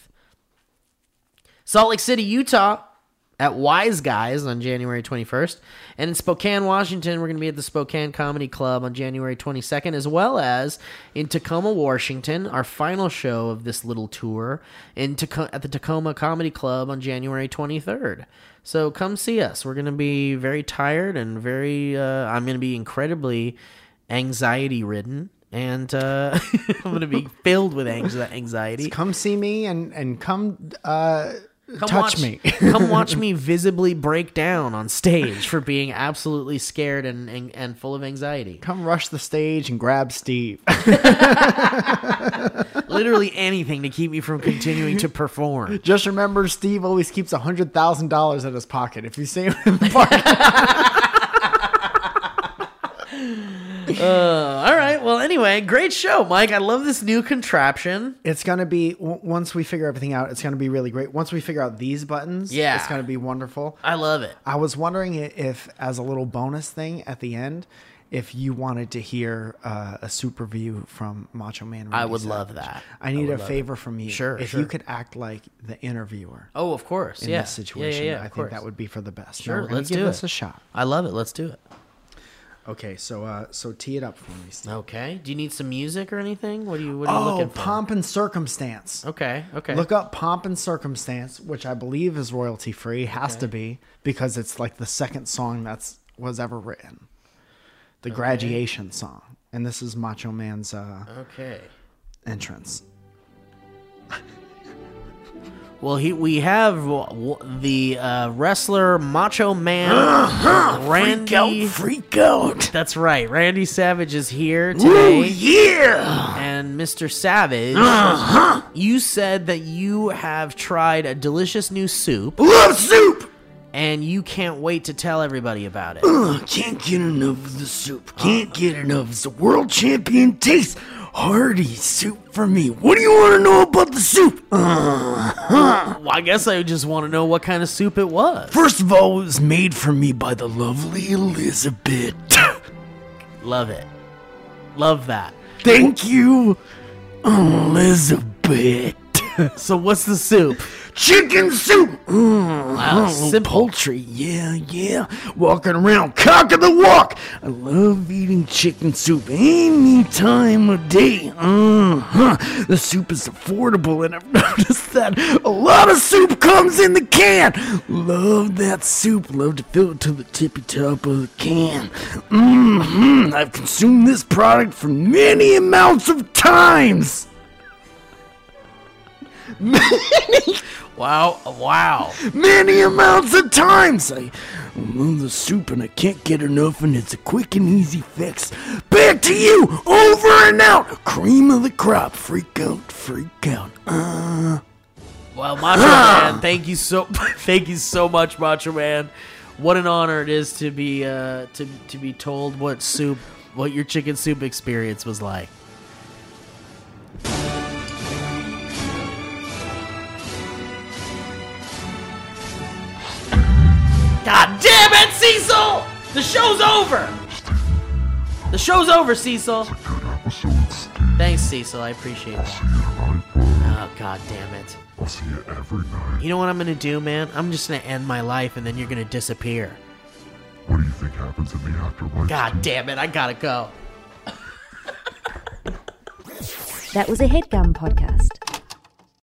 Speaker 2: Salt Lake City, Utah at Wise Guys on January 21st. And in Spokane, Washington, we're going to be at the Spokane Comedy Club on January 22nd, as well as in Tacoma, Washington, our final show of this little tour in Taco- at the Tacoma Comedy Club on January 23rd. So come see us. We're going to be very tired and very, uh, I'm going to be incredibly anxiety ridden. And uh, I'm going to be filled with anxi- anxiety.
Speaker 3: Come see me and, and come uh,
Speaker 2: Come
Speaker 3: touch
Speaker 2: watch,
Speaker 3: me.
Speaker 2: come watch me visibly break down on stage for being absolutely scared and, and, and full of anxiety.
Speaker 3: Come rush the stage and grab Steve.
Speaker 2: Literally anything to keep me from continuing to perform.
Speaker 3: Just remember, Steve always keeps hundred thousand dollars in his pocket. If you see him in the park,
Speaker 2: Uh, all right. Well, anyway, great show, Mike. I love this new contraption.
Speaker 3: it's gonna be w- once we figure everything out. It's gonna be really great. Once we figure out these buttons,
Speaker 2: Yeah.
Speaker 3: it's gonna be wonderful.
Speaker 2: I love it.
Speaker 3: I was wondering i- if, as a little bonus thing at the end, if you wanted to hear uh, a super view from Macho Man.
Speaker 2: I
Speaker 3: Randy
Speaker 2: would love
Speaker 3: Savage.
Speaker 2: that.
Speaker 3: I need
Speaker 2: would
Speaker 3: a
Speaker 2: love
Speaker 3: favor
Speaker 2: it.
Speaker 3: from you.
Speaker 2: Sure,
Speaker 3: if
Speaker 2: sure.
Speaker 3: you could act like the interviewer.
Speaker 2: Oh, of course.
Speaker 3: In
Speaker 2: yeah.
Speaker 3: this situation,
Speaker 2: yeah, yeah, yeah,
Speaker 3: I
Speaker 2: of
Speaker 3: think
Speaker 2: course.
Speaker 3: that would be for the best. Now
Speaker 2: Sure.
Speaker 3: we're gonna
Speaker 2: Let's
Speaker 3: give
Speaker 2: do
Speaker 3: this
Speaker 2: it.
Speaker 3: a shot.
Speaker 2: I love it. Let's do it.
Speaker 3: Okay, so uh, so tee it up for me. Steve.
Speaker 2: Okay. Do you need some music or anything? What are you? What are you
Speaker 3: oh,
Speaker 2: looking for?
Speaker 3: pomp and circumstance.
Speaker 2: Okay. Okay.
Speaker 3: Look up pomp and circumstance, which I believe is royalty free. Has to be because it's like the second song that's was ever written, the
Speaker 2: Okay.
Speaker 3: graduation song, and this is Macho Man's uh,
Speaker 2: Okay.
Speaker 3: entrance.
Speaker 2: Well, he, we have w- w- the uh, wrestler Macho Man Randy. Uh-huh. Freak out, freak out. That's right. Randy Savage is here today. yeah. And Mr. Savage,
Speaker 12: Uh-huh.
Speaker 2: you said that you have tried a delicious new soup. Love soup. And you can't wait to tell everybody about it.
Speaker 12: Ugh, Uh, can't get enough of the soup. Can't get enough. It's the world champion taste. Hearty soup for me. What do you want to know about the soup? Uh-huh.
Speaker 2: Well, I guess I just want to know what kind of soup it was.
Speaker 12: First of all, it was made for me by the lovely Elizabeth.
Speaker 2: Love it. Love that.
Speaker 12: Thank you, Elizabeth.
Speaker 2: so what's the soup?
Speaker 12: Chicken soup. Mm,
Speaker 2: Wow, simple.
Speaker 12: poultry. Yeah, yeah. Walking around, cock of the walk. I love eating chicken soup any time of day. Uh-huh. The soup is affordable, and I've noticed that a lot of soup comes in the can. Love that soup. Love to fill it to the tippy top of the can. hmm I've consumed this product for many amounts of times.
Speaker 2: Wow. Wow.
Speaker 12: many amounts of times. I love the soup and I can't get enough, and it's a quick and easy fix. Back to you, over and out. Cream of the crop. Freak out, freak out. Uh.
Speaker 2: Well, Macho Man, thank you so thank you so much, Macho Man. What an honor it is to be uh, to to be told what soup what your chicken soup experience was like. God damn it, Cecil! The show's over. The show's over, Cecil. Thanks, Cecil. I appreciate it. Oh god damn it.
Speaker 9: I'll see you every night.
Speaker 2: You know what I'm gonna do, man? I'm just gonna end my life and then you're gonna disappear.
Speaker 9: What do you think happens in the afterlife?
Speaker 2: God damn it, I gotta go.
Speaker 13: That was a headgum podcast.